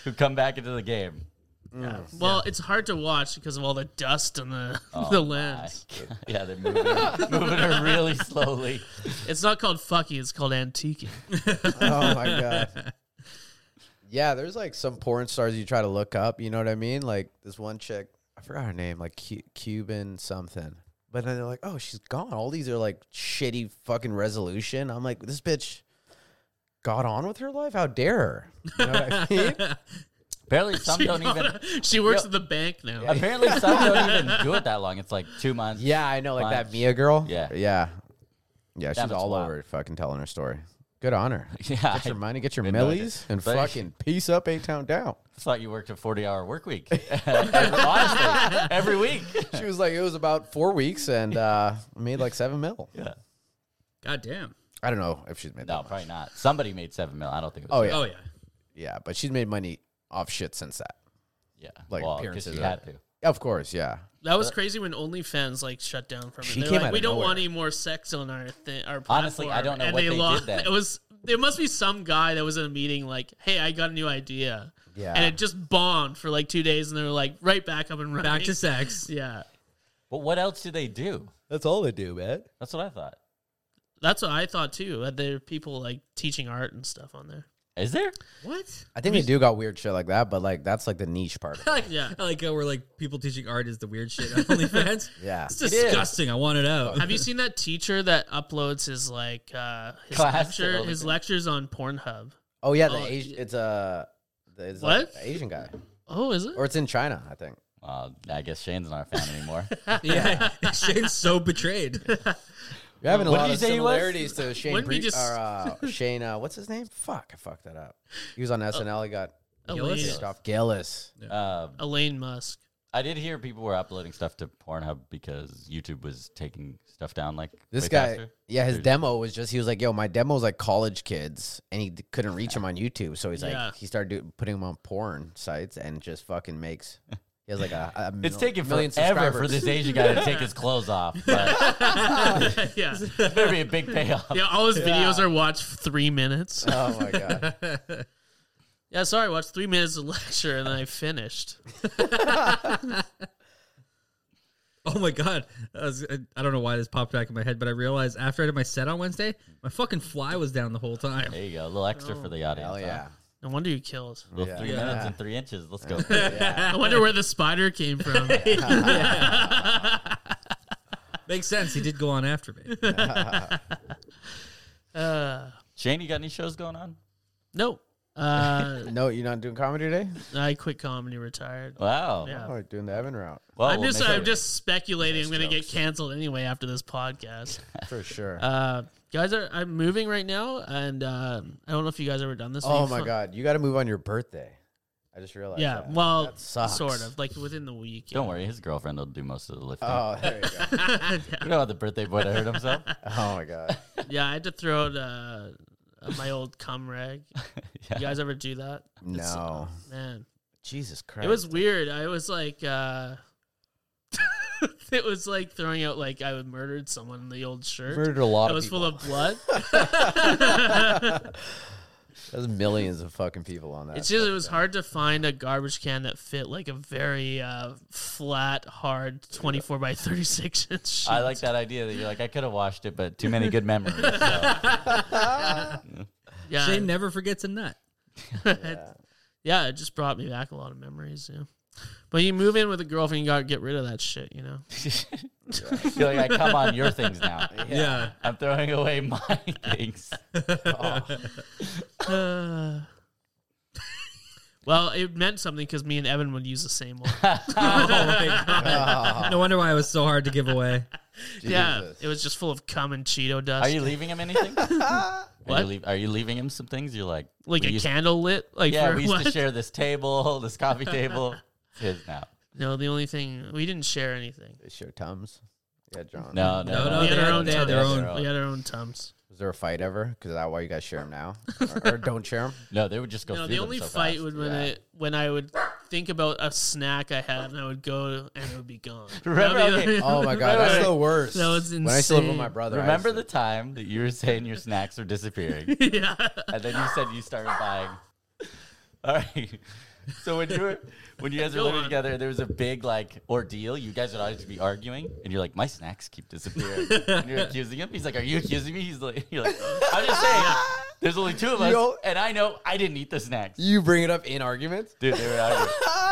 C: who come back into the game. (laughs)
D: well, it's hard to watch because of all the dust and the (laughs)
C: Oh,
D: the lens.
C: Like, yeah, they're moving her, moving her really slowly.
D: It's not called fucking. It's called antiquing.
B: oh my god. Yeah, there's like some porn stars you try to look up. You know what I mean? Like this one chick, I forgot her name, like Cu- Cuban something. But then they're like, oh, she's gone. All these are like shitty fucking resolution. I'm like, this bitch got on with her life. How dare her? You know what I mean?
C: Apparently, some
D: She, (laughs)
C: don't even.
D: she works
C: Yo-
D: at the bank now.
C: Apparently, some don't even do it that long. It's like two months.
B: Yeah, I know, like
C: Fine.
B: that Mia girl.
C: Yeah.
B: yeah, yeah. She's
C: was
B: all
C: wild.
B: over fucking telling her story. Good on
C: (laughs)
B: her.
C: Yeah,
B: Get your
C: I
B: money, get your
C: didn't know
B: millies,
C: that.
B: and
C: But- (laughs)
B: fucking peace up, eight town down.
C: thought you worked a forty-hour
B: (laughs)
C: work week. Honestly, every week.
B: She was like, it was about four weeks, and uh, (laughs) made like seven mil.
C: Yeah.
E: God damn.
B: I don't know if she's made.
C: No,
B: that much.
C: probably not. Somebody made seven mil. I don't think it was.
B: Oh yeah,
E: Oh yeah.
B: yeah, but she's made money off shit since that.
C: yeah.
B: like
C: well, 'cause
B: appearances
C: you
B: are-
C: had to.
B: Of course, yeah.
D: That was crazy when OnlyFans like shut down from it.
B: She
D: They're
B: came
D: like,
B: out
D: we
B: of
D: don't
B: nowhere.
D: want any more sex on our thi- our platform.
C: Honestly, I don't know
D: and
C: what they did
D: lost.
C: then.
D: It was there must be some guy that was in a meeting like, hey, I got a new idea,
B: Yeah.
D: and it just bombed for like two days, and they were like right back up and running.
E: (laughs) Back to sex.
D: yeah.
C: But what else do they do?
B: That's all they do, man.
C: That's what I thought.
D: That's what I thought too. That there are people like teaching art and stuff on there.
C: Is there?
E: What?
B: I think they do got weird shit like that, but like that's like the niche part.
C: (laughs)
B: Of it.
E: (laughs) like,
D: Yeah.
E: I like how we're like people teaching art is the weird shit on OnlyFans.
B: (laughs) Yeah. Oh,
E: It's
C: is.
E: disgusting. I want it
C: (laughs)
E: out.
D: Have you seen that teacher that uploads his like uh, his
C: Class
D: lecture,
C: all the
D: his
C: time.
D: lectures on Pornhub?
B: Oh yeah, the
D: Oh,
B: Asian. It's a. Uh, it's
D: What?
B: a Asian guy,
D: Oh, is it?
B: or it's in China, I think.
C: Well, I guess Shane's not a fan anymore.
E: yeah. (laughs) Shane's so betrayed.
B: You're having a
C: What did
B: lot
C: you
B: of
C: say he was?
B: similarities
C: (laughs)
B: to Shane.
D: Wouldn't we
B: Bre-
D: just-
B: or, uh, Shane, uh, what's his name? Fuck, I fucked that up. He
C: Oh.
B: was on SNL. He got
D: Elaine,
E: Gillis?
B: pissed off. Gillis.
C: um,
D: Elaine Musk.
C: I did hear people were uploading stuff to Pornhub because YouTube was taking stuff down. Like
B: This
C: way
B: guy,
C: faster.
B: yeah, his demo was just he was like, "Yo, my demo's like college kids," and he d- couldn't reach him on YouTube, so he's
D: Yeah.
B: like, he started do- putting him on porn sites and just fucking makes. He has like a, a
C: It's
B: mil-
C: taking
B: million
C: forever for
B: subscribers.
C: this Asian guy to take his clothes off. But
D: (laughs)
C: (laughs)
D: yeah.
C: Oh. it better be a big payoff.
B: (laughs)
D: Yeah, all his videos are watched three minutes.
B: (laughs) Oh my
D: (laughs)
B: god!
D: Yeah, sorry, I watched three minutes of (laughs) lecture and then I finished.
E: Oh my god! I, was, I don't know why this popped back in my head, but I realized after I did my set on Wednesday, my fucking fly was down the whole time.
C: There you go, a little extra for the audience.
B: Oh, Hell
C: huh?
B: yeah!
D: No wonder you killed.
C: Well, three
E: Yeah.
C: minutes and three inches.
B: (laughs)
C: Let's go.
D: I wonder where the spider came from. yeah.
E: (laughs) Makes sense. He did go on
D: (laughs)
E: after me.
C: Shane, you got any shows going on?
D: Nope. Uh,
B: No, you're not doing comedy
D: (laughs)
B: today.
D: I quit comedy, retired.
C: Wow.
D: Yeah.
B: Oh, you're doing the Evan route
C: Well,
D: I'm
C: we'll
D: just,
C: make
D: I'm
C: sure-
D: just speculating. I'm gonna get canceled anyway after this podcast.
B: for sure.
D: Uh, guys, are, I'm moving right now, and uh, I don't know if you guys ever done this.
B: (laughs) oh
D: You've
B: my
D: fu-
B: god, you got to move on your birthday. I just realized.
D: Yeah,
B: that.
D: well,
B: that sucks.
D: sort of like within the week.
C: Don't worry, his girlfriend will do most of the lifting.
B: Oh, there you go.
C: you know how the birthday boy that
B: (laughs)
C: hurt himself?
B: oh my god.
D: (laughs) Yeah, I had to throw out uh, my old cum rag.
C: yeah.
D: (laughs) You guys ever do that? (laughs) It's-
B: No.
D: man.
B: Jesus Christ.
D: It was weird. I was like, uh, (laughs) it was like throwing out like I murdered someone in the old shirt.
B: murdered a lot
D: It
B: of
D: was
B: people.
D: full of
B: (laughs)
D: blood. (laughs)
B: There's millions of fucking people on that. (laughs)
D: it's just it was hard to find a garbage can that fit like a very uh, flat, hard twenty four by thirty six inch. Sheet.
C: I like that idea that you're like, I could have washed it, but too many good memories. (laughs) So.
D: yeah,
E: Shane never forgets a nut.
D: yeah. It just brought me back a lot of memories. Yeah. But you move in with a girlfriend, you gotta get rid of that shit, you know.
C: you're like, I come on your things now.
E: Yeah.
C: I'm throwing away my (laughs) things.
D: Uh, (sighs) well, it meant something because me and Evan would use the
C: (laughs)
D: same one.
E: Oh my god! No wonder why it was so hard to
D: (laughs)
E: give away.
D: Yeah, it was just full of cum and Cheeto dust.
C: Are you leaving him
D: (laughs)
C: anything? Are,
D: What?
C: you leave, are you leaving him some things? You're like,
D: like
C: we
D: a
C: used-
D: candle lit? Like
C: Yeah,
D: for
C: we used
D: what?
C: to share this table, (laughs) this coffee table. It's his now.
D: (laughs) No, the only thing we didn't share anything.
B: Sure, Tums. Yeah, John.
C: No,
E: No,
C: no,
E: no,
D: we
E: they
D: had
E: had-
D: our own.
E: they had
D: Tums.
E: their
C: own.
D: We had our own tums.
B: Was there a fight ever? Because that why you guys share them (laughs) now, or, or don't share them?
C: No, they would just go.
D: No,
C: through
D: the
C: them
D: only
C: so
D: fight
C: fast.
D: would when I when I would think about a snack I had and I would go and it would be gone. That
C: (laughs)
D: would (laughs)
C: Remember-
D: be
C: okay.
B: (laughs)
D: the-
B: Oh my god, that's the worst.
D: That was
B: When I used to live with
D: insane.
B: my brother, I
C: Remember
B: used
C: the time that you were saying your snacks were disappearing,
D: (laughs) yeah.
C: and then you said you started buying. All right. So when you were when you guys were
D: Go
C: living
D: on.
C: together, there was a big like ordeal. You guys would always be arguing, and you're like, "My snacks keep disappearing." and you're accusing him. He's like, "Are you accusing me?" He's like, "You're like, I'm just saying." There's only two of us,
B: don't-
C: and I know I didn't eat the snacks.
B: you bring it up in arguments?
C: Dude, they were arguing.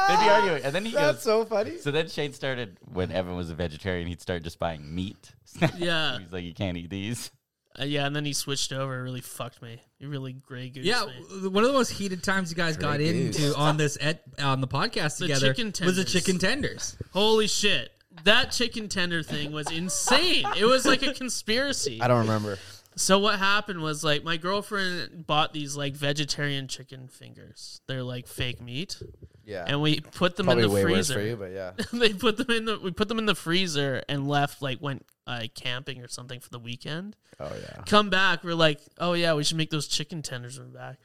C: They'd be arguing, and then he
B: That's
C: goes.
B: so funny.
C: So then Shane started when Evan was a vegetarian. He'd start just buying meat. snacks.
D: Yeah.
C: he's like, you can't eat these.
D: Uh, yeah, and then he switched over. It really fucked me. He really gray goose
E: Yeah,
D: me.
E: w- one of the most heated times you guys got
B: Great
E: into on this et, on the podcast
D: The
E: together
D: chicken
E: was the
D: tenders.
E: chicken tenders.
D: Holy shit. That chicken tender thing was insane. It was like a conspiracy.
B: I don't remember.
D: So what happened was like my girlfriend bought these like vegetarian chicken fingers. They're like fake meat,
B: Yeah,
D: and we put them
B: probably
D: in the
B: way worse
D: freezer.
B: for you, but (laughs) yeah.
D: (laughs) they put them in the we put them in the freezer and left like went uh, camping or something for the weekend.
B: Oh yeah.
D: Come back, we're like, oh yeah, we should make those chicken tenders when we're back.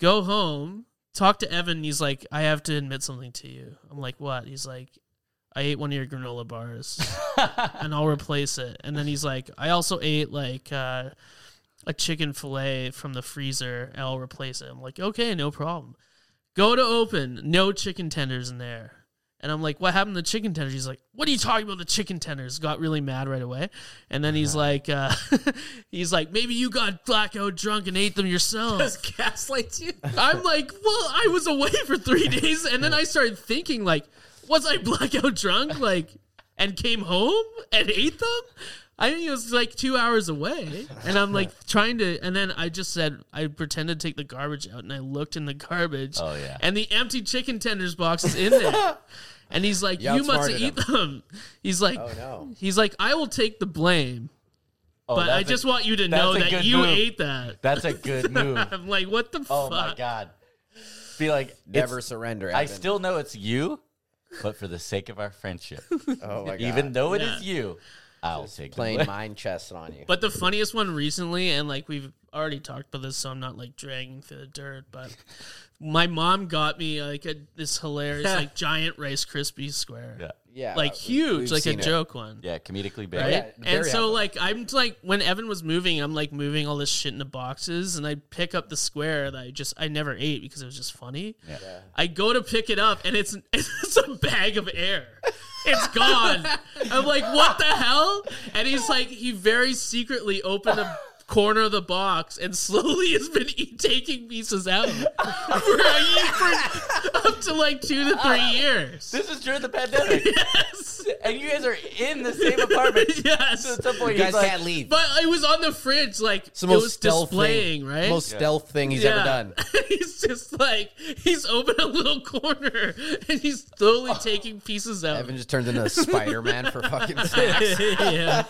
D: Go home, talk to Evan. and He's like, I have to admit something to you. I'm like, what? He's like, I ate one of your granola bars, and I'll replace it. And then he's like, I also ate like. Uh, a chicken fillet from the freezer and I'll replace it. I'm like, okay, no problem. Go to open, no chicken tenders in there. And I'm like, what happened to the chicken tenders? He's like, what are you talking about? The chicken tenders got really mad right away. And then he's like, uh, (laughs) he's like, maybe you got blackout drunk and ate them yourself.
E: gaslights you.
D: I'm like, well, I was away for three days, and then I started thinking, like, was I blackout drunk, like, and came home and ate them? I think it was like two hours away, and I'm like trying to, and then I just said I pretended to take the garbage out, and I looked in the garbage,
C: Oh, yeah.
D: and the empty chicken tenders box is
C: (laughs)
D: in there, and he's like,
B: You
D: you must
B: outsmarted
D: eat them. He's like,
B: Oh no.
D: he's like, I will take the blame,
C: Oh,
D: but
C: that's
D: I just
C: a,
D: want you to
C: that's
D: know
C: a
D: that
C: good
D: you
C: move.
D: ate that.
C: That's a good move.
D: (laughs) I'm like, what the
C: Oh
D: fuck?
C: my god. Be like
B: Never
C: it's-
B: surrender.
C: I
B: Evan.
C: still know it's you, but for the sake of
B: (laughs)
C: our friendship,
B: Oh my god.
C: even though it is
D: Yeah.
C: you, I'll take
B: (laughs)
C: the
B: playing
C: blame.
B: mind chess on you.
D: But the funniest one recently, and like we've already talked about this, so I'm not like dragging through the dirt. But my mom got me like a, this hilarious like giant Rice Krispie square,
C: Yeah.
B: yeah,
D: like
B: we-
D: huge,
B: we've
D: like a
B: seen it.
D: joke one,
C: Yeah, comedically big.
D: right?
B: yeah,
D: and
B: very
D: so
B: epic.
D: like I'm like when Evan was moving, I'm like moving all this shit into boxes, and I pick up the square that I just I never ate because it was just funny.
C: Yeah.
D: I go to pick it up, and it's (laughs) it's a bag of air. It's gone. I'm like, what the hell? And he's like, he very secretly opened a corner of the box and slowly has been e- taking pieces out for, a year, for up to like two to three
C: Uh,
D: years.
C: This is during the
D: (laughs)
C: pandemic,
D: Yes.
C: and you guys are in the same apartment. (laughs) So
D: (laughs) Yes.
C: at some point,
B: You
C: he's
B: guys
C: like,
B: can't leave.
D: But it was on the fridge, like
B: It's the
D: it
B: most
D: was
B: stealth
D: displaying,
B: thing.
D: right?
B: Most
C: Yeah.
B: stealth thing he's ever done.
D: (laughs) he's just like he's opened a little corner (laughs) and he's
B: (laughs)
D: slowly taking pieces out. (laughs)
B: Evan just turns into Spider Man for fucking snacks. (laughs)
D: yeah.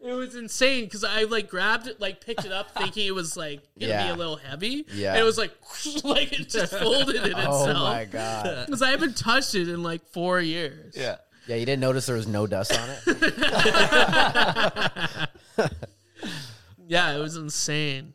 D: It was insane because I like grabbed it, like picked
B: (laughs)
D: it up, thinking it was like gonna
B: Yeah.
D: be a little heavy.
B: Yeah.
D: and it was like (laughs) like
B: (laughs)
D: it just folded in
B: Oh
D: itself
B: my god!
D: because I haven't touched it in like four years.
C: yeah.
B: Yeah, you didn't notice there was no dust on it.
D: yeah, it was insane.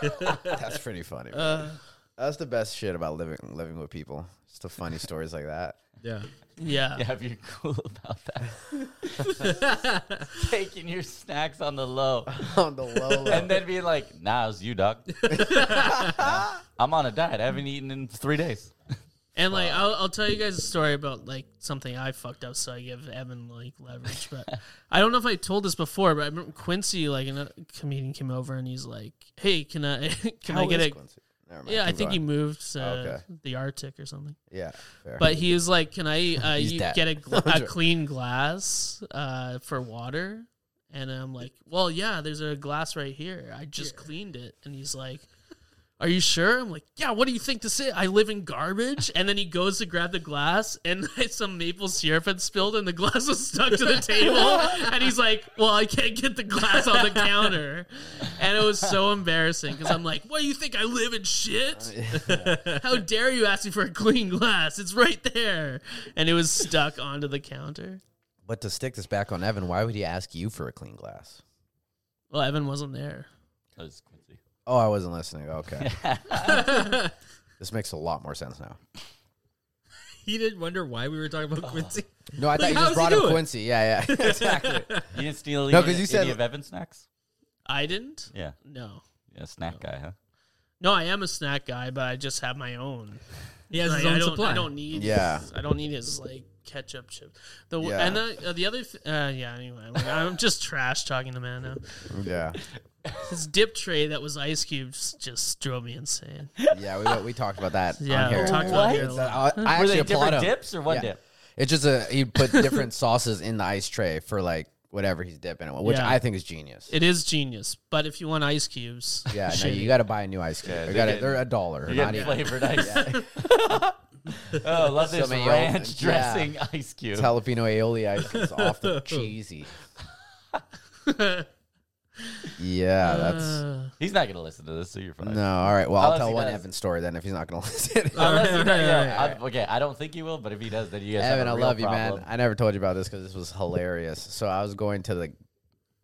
B: That's pretty funny. man.
D: Uh,
B: That's the best shit about living living with people. It's the
D: (laughs)
B: funny stories like that.
E: Yeah,
D: Yeah,
C: Yeah, if you're cool about
D: (laughs)
C: that. Taking your snacks on the
D: (laughs)
C: low.
B: On the low.
C: And then being like, nah, it's you, (laughs) doc. I'm on a diet. I haven't eaten in three days.
D: and like I'll, I'll tell you guys a story about like something I fucked up, so I give Evan like leverage. But I don't know if I told this before, but I remember Quincy, like another comedian, came over and he's like, "Hey, can I (laughs) can I get a?"
B: Never mind.
D: Yeah, I
B: keep
D: think he
B: going.
D: moved to
B: Okay.
D: the Arctic or something.
B: Yeah, fair.
D: But he was like,
B: (laughs)
D: "Can I uh,
B: He's
D: you
B: dead.
D: get a, gl- a clean glass uh, for water?" And I'm like, "Well, yeah, there's a glass right here. I just cleaned it." And he's like, "Are you sure?" I'm like, "Yeah. What do you think this is? I live in garbage." And then he goes to grab the glass, and (laughs) some maple syrup had spilled, and the glass was stuck to
B: (laughs)
D: the table. and he's like, "Well, I can't get the glass on the counter," and it was so embarrassing because I'm like, "What do you think? I live in
B: Uh,
D: shit." How dare you ask me for a clean glass? It's right there. And it was stuck onto the counter.
B: but to stick this back on Evan, why would he ask you for a clean glass?
D: Well, Evan wasn't there.
C: Because Quincy.
B: Oh, I wasn't listening. (laughs)
D: (laughs)
B: Okay, this makes a lot more sense now.
E: (laughs) he didn't wonder why we were talking
D: Oh.
E: about Quincy.
B: No, I thought you
E: how's he
B: just brought up
E: doing?
B: Quincy. Yeah, yeah, (laughs) exactly.
C: (laughs) You didn't steal
B: No,
C: any,
B: 'cause you
C: any
B: said-
C: of Evan's snacks?
D: I didn't?
C: Yeah.
D: No.
C: Yeah, snack guy, huh?
D: No, I am a snack guy, but I just have my own.
E: He has
D: Like,
E: his own
D: I don't,
E: supply.
D: I don't need
B: Yeah.
D: his, I don't need his like ketchup chip. The
B: Yeah.
D: and the, uh, the other th- uh, yeah, anyway. I'm, I'm just trash talking to man now.
B: Yeah,
D: His dip tray that was ice cubes just drove me insane.
B: yeah. We, we talked about that.
D: Yeah,
B: on here.
D: we talked about here a
B: It's
D: lot.
B: a- I, I
C: Were
B: actually
C: they
B: applaud
C: different
B: him.
C: dips or one
B: Yeah.
C: dip?
D: (laughs)
B: It's just a he put different sauces in the ice tray for like whatever he's dipping it, with, which
D: Yeah.
B: I think is genius.
D: It is genius, but if you want ice cubes,
B: yeah, no,
D: shitty.
B: you got to buy a new ice cube.
C: Yeah,
B: they
C: they
B: got
C: get-
B: They're a dollar.
C: You're
B: not
C: getting
B: even-
C: flavored ice. (laughs) oh, love this
B: many old-
C: ranch
B: yeah.
C: dressing ice cube.
B: Jalapeno aioli ice is off the cheesy. yeah, that's
D: Uh,
C: He's not gonna listen to this, so you're fine. Uh,
B: no. All right. Well, I'll
C: Unless
B: tell
C: he
B: one
C: does.
B: Evan story then if he's not gonna (laughs) listen.
C: Unless he
E: Alright,
C: does-
E: alright,
B: (laughs)
C: yeah,
E: alright,
C: I- Okay, I don't think he will, but if he does, then you guys
B: Evan, I
C: have a
B: love
C: real
B: you,
C: problem.
B: man. I never told you about this because this was hilarious. So I was going to the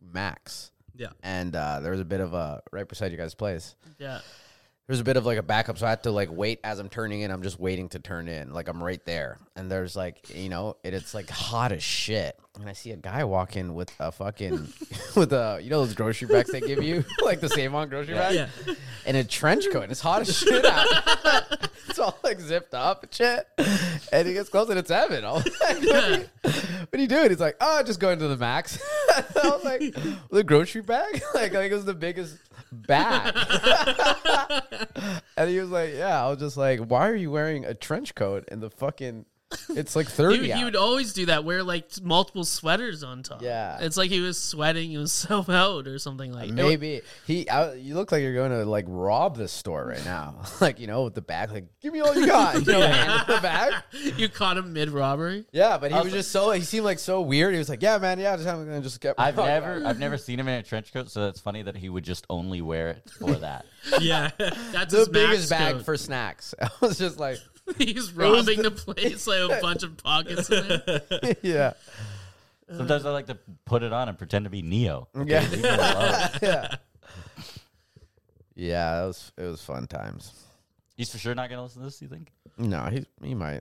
B: Max,
E: Yeah.
B: and uh, there was a bit of a right beside your guys' place.
D: yeah.
B: there's a bit of like a backup, so I had to like wait as I'm turning in. I'm just waiting to turn in, like I'm right there, and there's like you know, it, it's like hot as shit, and I see a guy walk in with a fucking (laughs) with a you know those grocery bags they give you, (laughs) like the Save On grocery bag,
E: Yeah.
B: and a trench coat, and it's hot as shit out. (laughs) it's all like zipped up and shit, and he gets close and it's Evan. I'm like, (laughs) what are you, what are you doing? He's like, oh, just going to the Max. (laughs) I was like, the grocery bag, (laughs) like like it was the biggest bag. (laughs) And he was like, "Yeah." I was just like, "Why are you wearing a trench coat and the fucking? It's like thirty
D: He, he
B: out."
D: would always do that, wear like multiple sweaters on top.
B: Yeah.
D: It's like he was sweating, he was (laughs) so out or something like that.
B: Maybe he. I, you look like you're going to like rob this store right now. (laughs) like you know, with the bag, like give me all you got.
D: (laughs)
B: You know, hand him (laughs) the bag.
D: You caught him mid robbery.
B: Yeah, but he was just so. He seemed like so weird. He was like, "Yeah, man. Yeah, just having and just kept." (laughs)
C: I've
B: walking out."
C: never, I've never seen him in a trench coat, so that's funny that he would just only wear it for that.
E: (laughs) Yeah.
D: (laughs) That's
B: the
D: his
B: biggest
D: Max
B: bag
D: coat.
B: for snacks. (laughs) I was just like,
D: (laughs) He's robbing the place like a bunch of pockets in it.
E: (laughs)
B: "Yeah,
C: Sometimes I like to put it on and pretend to
B: (laughs)
C: be Neo.
B: yeah,
C: Leave me alone.
B: yeah." Yeah, it was it was fun times.
C: He's for sure not gonna listen to this. You think?
B: No, he he might.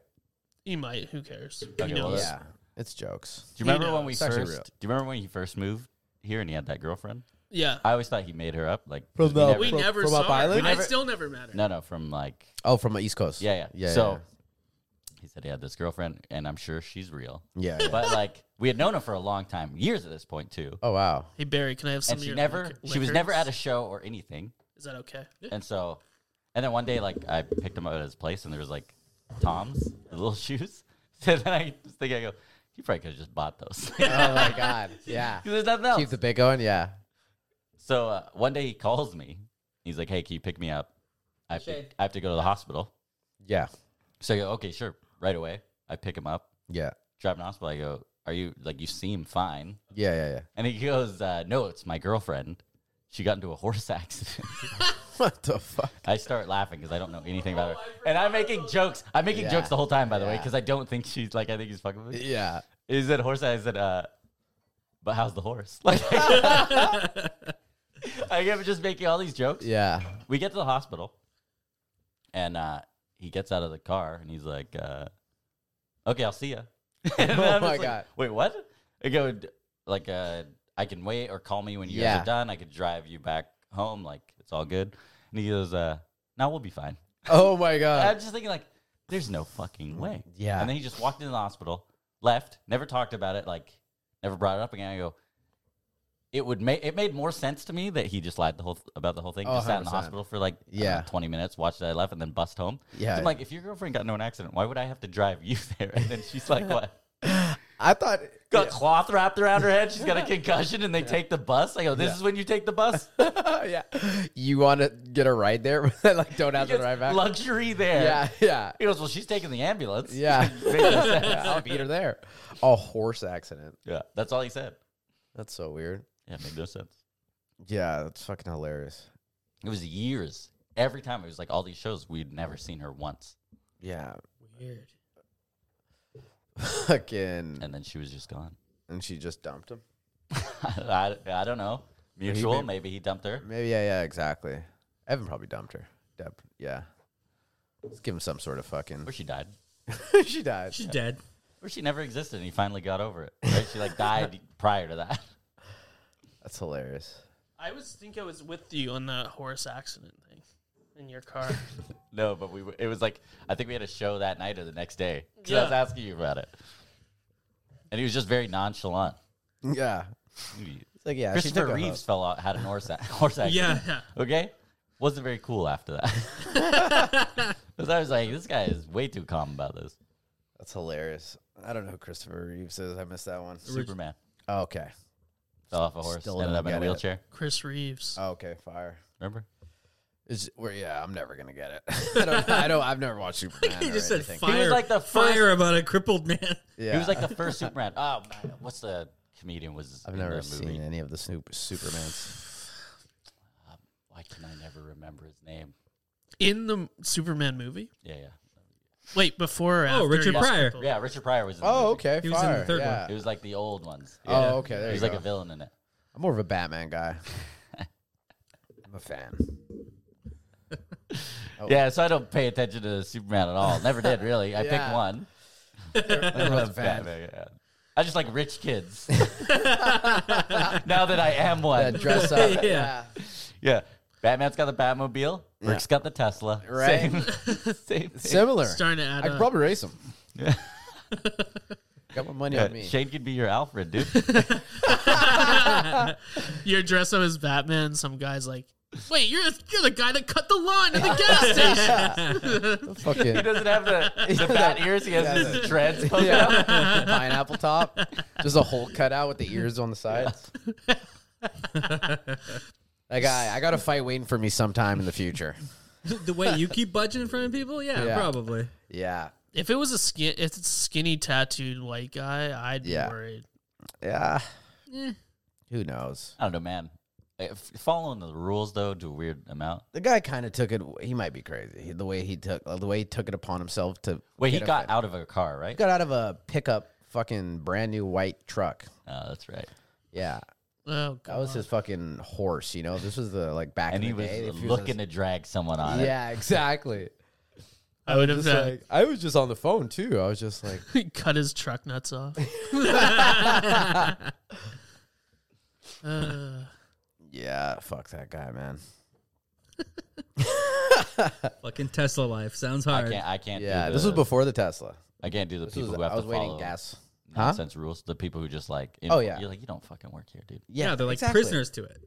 D: He might. Who cares?
C: Okay,
D: he
C: well,
D: knows.
C: that's-
B: Yeah, it's jokes.
C: Do you remember
D: knows.
C: when we
B: It's
C: first?
B: actually real.
C: Do you remember when he first moved here and he had that girlfriend?
D: yeah.
C: I always thought he made her up. Like
B: From
C: we
B: the-
C: never-
D: We
B: From-
D: never
B: from
D: saw
B: up
D: her.
B: island?
D: I
C: Never-
D: still never met her.
C: no, no, from like
B: Oh, from the East Coast.
C: yeah, yeah.
B: yeah.
C: so he said he had this girlfriend, and I'm sure she's real.
B: yeah, yeah.
C: But like we had known her for a long time, years at this point too.
B: oh (laughs) wow.
D: Hey Barry, can I have some
C: and
D: of
C: she
D: your
C: never,
D: liquor-
C: she was never
D: liquors?
C: at a show or anything.
D: Is that okay?
C: And so, and then one day, like I picked him up at his place, and there was like Tom's the little (laughs) shoes. So then I just think I go, he probably could have just bought those. (laughs) 'Cause
B: Oh my god. (laughs) Yeah.
C: There's nothing else.
B: Keep the bit going. Yeah.
C: So uh, one day he calls me. He's like, "Hey, can you pick me up? I have, to, I have to go to the hospital."
B: Yeah.
C: So I go, "Okay, sure, right away." I pick him up,
B: Yeah.
C: drive him to the hospital. I go, "Are you like you seem fine?"
B: Yeah. Yeah. Yeah.
C: And he goes, uh, "No, it's my girlfriend. She got into a horse (laughs) accident."
B: What the fuck?
C: I start laughing because Oh, I don't know anything about her, and I'm making jokes. I'm making
B: Yeah.
C: jokes the whole time, by the way, 'cause way,
B: Yeah.
C: because I don't think she's like I think he's fucking with me.
B: Yeah.
C: He said horse. I said, uh, but how's the horse? (laughs) Like, I kept just making all these jokes.
B: Yeah.
C: we get to the hospital and uh, he gets out of the car and he's like uh, okay i'll see
B: (laughs)
C: ya (laughs) And
B: Oh
C: I'm
B: my
C: just like,
B: God.
C: wait what i go "D- like uh, i can wait or call me when you guys
B: Yeah.
C: are done i could drive you back home like it's all good and he goes uh, no we'll be fine
B: Oh my
C: And
B: god.
C: i'm just thinking like there's no fucking way
B: Yeah.
C: and then he just walked into the hospital left never talked about it like never brought it up again i go it would make it made more sense to me that he just lied the whole about the whole thing.
B: Oh,
C: just sat in the
B: 100%.
C: hospital for like I don't
B: Yeah.
C: know, twenty minutes, watched that I left, and then bust home.
B: Yeah.
C: So I'm like, if your girlfriend got into an accident, why would I have to drive you (laughs) there? And then she's like,
B: (laughs)
C: what?
B: I thought.
C: Got cloth wrapped around her
B: (laughs)
C: head. She's got a concussion, and they take the bus. I go, this is when you take the bus.
B: (laughs) yeah. You want to get a ride there, (laughs) but like don't
C: (laughs)
B: have to ride back.
C: Luxury there.
B: Yeah. Yeah.
C: (laughs) He goes, well, she's taking the ambulance.
B: Yeah. (laughs)
C: Makes no sense.
B: yeah. I'll beat her there. A horse accident.
C: yeah. That's all he said.
B: That's so weird.
C: Yeah, it made no sense.
B: Yeah. That's fucking hilarious.
C: It was years. Every time it was like all these shows, we'd never seen her once,
B: Yeah.
D: Weird.
B: Fucking.
C: and then she was just gone. (laughs)
B: And she just dumped him.
C: I, I don't know. Mutual.
B: may-
C: maybe he dumped her.
B: Maybe. Yeah. Yeah. Exactly. Evan probably dumped her. Deb. Yeah. Let's give him some sort of fucking.
C: Or she died.
B: (laughs) she died.
E: She's dead.
C: Or she never existed and he finally got over it. Right? She like died (laughs) prior to that.
B: That's hilarious.
D: I was think I was with you on that horse accident thing in your car.
C: No, but we were- it was like I think we had a show that night or the next day. 'Cause I was
D: Yeah.
C: asking you about it. And he was just very nonchalant.
B: Yeah. It's like yeah. she took
C: Christopher
B: a
C: Reeves fell out had an horse, ac- (laughs) horse accident.
E: (laughs) Yeah.
D: (laughs) yeah.
C: Okay? Wasn't very cool after that. (laughs) Because I was like, this guy is way too calm about this.
B: That's hilarious. I don't know who Christopher Reeves is. I missed that one.
C: Superman.
B: Oh, okay.
C: Fell off a horse.
B: Still
C: ended
B: don't
C: up in a
B: get it.
C: wheelchair.
D: Chris Reeves.
B: Oh, okay, fire.
C: Remember?
B: Is well, yeah, I'm never gonna
E: (laughs)
B: get it. I don't. I don't. I've never watched Superman.
E: (laughs) He
B: or
E: just said
B: anything.
E: fire.
C: like the
E: fire about a crippled man.
B: Yeah.
C: He was like the first Superman. Oh man, what's the comedian was?
B: I've
C: in
B: never
C: the movie?
B: seen any of the Snoop Supermans.
C: Why can I never remember his name?
D: In the Superman movie?
C: Yeah, yeah.
D: Wait, before or after?
E: Oh, Richard
D: he was
E: Pryor.
D: crippled?
C: Yeah, Richard Pryor was in the
B: Oh,
C: movie.
B: okay.
E: He was in
B: fire.
E: the third one.
B: yeah.
C: It was like the old ones.
B: Oh, okay. There
C: He
B: you
C: was
B: go.
C: like a villain in it.
B: I'm more of a Batman guy. I'm a
E: (laughs)
B: fan. Oh.
C: Yeah, so I don't pay attention to Superman at all. Never did really. I picked
B: Yeah.
C: one.
B: Everyone's a fan.
C: Batman, yeah. I just like rich kids. (laughs) now that I am
B: Yeah,
C: one.
B: dress up.
E: (laughs) Yeah.
C: yeah. Batman's got the Batmobile. Rick's got the Tesla.
B: (laughs) Right.
C: Same. (laughs) Same thing.
B: (laughs) Similar.
D: Starting to add
B: I
D: up.
B: could probably race
E: (laughs)
B: him.
C: Yeah.
B: Got my money
C: Yeah,
B: on me.
C: Shane could be your
B: (laughs)
C: Alfred, dude.
D: You're dressed up as Batman. Some guy's like, wait, you're you're the guy that cut the lawn at the gas station.
C: He
B: Fucking
C: doesn't
B: (laughs)
C: have the, the fat ears. He has
B: Yeah,
C: his dreads. poking
B: yeah. (laughs)
C: out.
B: pineapple top. Just a hole cut out with the ears on the sides. That guy, I got a fight waiting for me sometime in the future.
E: the way you keep budging in front of people, yeah,
B: Yeah.
E: probably.
B: Yeah.
D: If it was a skin, if it's a skinny tattooed white guy, I'd be
B: Yeah.
D: worried.
B: Yeah. Who knows?
C: I don't know, man. If following the rules though to a weird amount.
B: The guy kind of took it. He might be crazy. The way he took, uh, the way he took it upon himself to.
C: Wait, he
B: get
C: got
B: offended.
C: out of a car, right?
B: got out of a pickup, fucking brand new white truck.
C: Oh, that's right.
B: Yeah,
D: Oh
B: that
D: god,
B: was his fucking horse. You know, this was the like back
C: And
B: in
C: he
B: the
C: was
B: day. if he was on-
C: looking to drag someone on it.
B: yeah, exactly.
D: I would have
B: Just
D: uh,
B: like I was just on the phone too. I was just like,
D: (laughs) cut his truck nuts off. (laughs) uh,
B: yeah, fuck that guy, man.
E: Fucking Tesla life sounds
C: I
E: hard.
C: can't. I can't.
B: Yeah,
C: do the,
B: this was before the Tesla.
C: I can't do the
B: This
C: people
B: was
C: who have
B: I was
C: to
B: waiting
C: follow
B: gas. Huh?
C: nonsense rules. The people who just like.
B: Oh, yeah.
C: You're like you don't fucking work here, dude.
E: Yeah, they're like
B: exactly.
E: prisoners to it.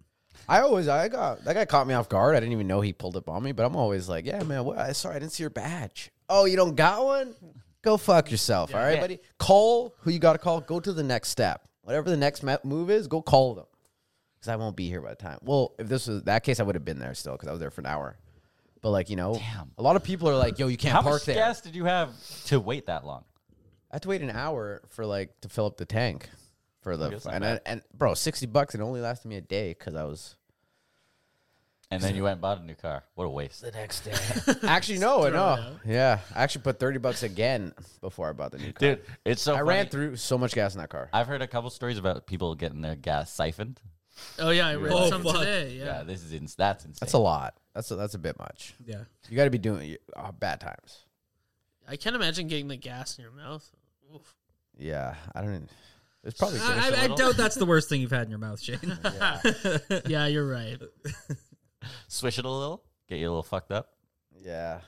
B: I always, I got that guy caught me off guard. I didn't even know he pulled up on me, but I'm always like, yeah, man. What? I Sorry, I didn't see your badge. Oh, you don't got one? Go fuck yourself. all right,
C: Yeah.
B: buddy. Call who you got to call. Go to the next step. Whatever the next ma- move is, go call them. Because I won't be here by the time. Well, if this was that case, I would have been there still because I was there for an hour. But like you know,
C: Damn.
B: a lot of people are like, yo, you can't
C: How
B: park
C: much
B: there.
C: gas did you have to wait that long?
B: I had to wait an hour for like to fill up the tank for the
C: guess not
B: and,
C: bad.
B: I, and bro, sixty bucks. It only lasted me a day because I was.
C: And then you went and bought a new car. What a waste.
B: the next day. (laughs) actually, no,
D: it
B: no. Yeah, I actually put thirty bucks again before I bought the new car.
C: Dude, it's so.
B: I
C: funny.
B: ran through so much gas in that car.
C: I've heard a couple stories about people getting their gas siphoned.
D: oh yeah, I read
E: Oh,
D: some
E: fuck.
D: today. Yeah.
C: Yeah, this is ins- that's insane.
B: That's a lot. That's a, that's a bit much.
E: Yeah.
B: You got to be doing uh, bad times.
D: I can't imagine getting the gas in your mouth. Oof.
B: Yeah, I don't. even- It's probably
E: I, I, I doubt that's the worst thing you've had in your mouth, Shane.
D: (laughs) Yeah, you're right.
C: Swish it a little, get you a little fucked up.
B: yeah.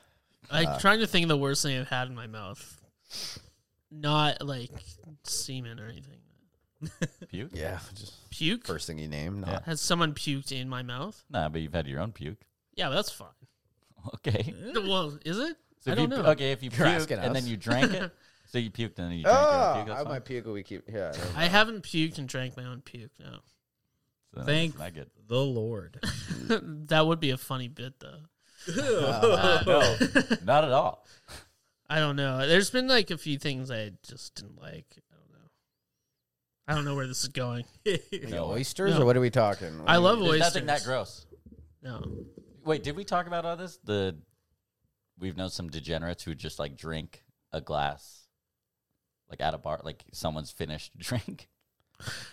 D: I'm
C: Uh,
D: trying to think of the worst thing I've had in my mouth. Not like semen or anything.
C: Puke?
B: Yeah, just
D: Puke?
B: first thing you name. Not,
D: Has someone puked in my mouth?
C: Nah, but you've had your own puke. (laughs)
D: Yeah, but that's fine.
C: Okay.
D: Well, is it?
C: So
D: I
C: if you,
D: don't know.
C: Okay, if you
B: You're
C: puked
B: asking
C: and then
B: us.
C: you
B: (laughs)
C: drank it, so you puked and then you drank your own puke.
B: Oh,
C: That's
B: I
C: fine.
B: might puke. We keep. Yeah.
D: I haven't puked and drank my own puke. No, (laughs)
C: So that's
E: Thank-
B: (laughs)
C: not good.
E: (laughs) the Lord.
D: that would be a funny bit though.
C: no, not at all.
D: I don't know. There's been like a few things I just didn't like. I don't know. I don't know where this is going.
B: Like
C: No.
B: oysters
D: No.
B: or what are we talking?
D: I love
C: There's
D: oysters.
C: nothing that gross.
D: No,
C: Wait, did we talk about all this? The we've known some degenerates who just like drink a glass, like at a bar, like someone's finished (laughs) drink.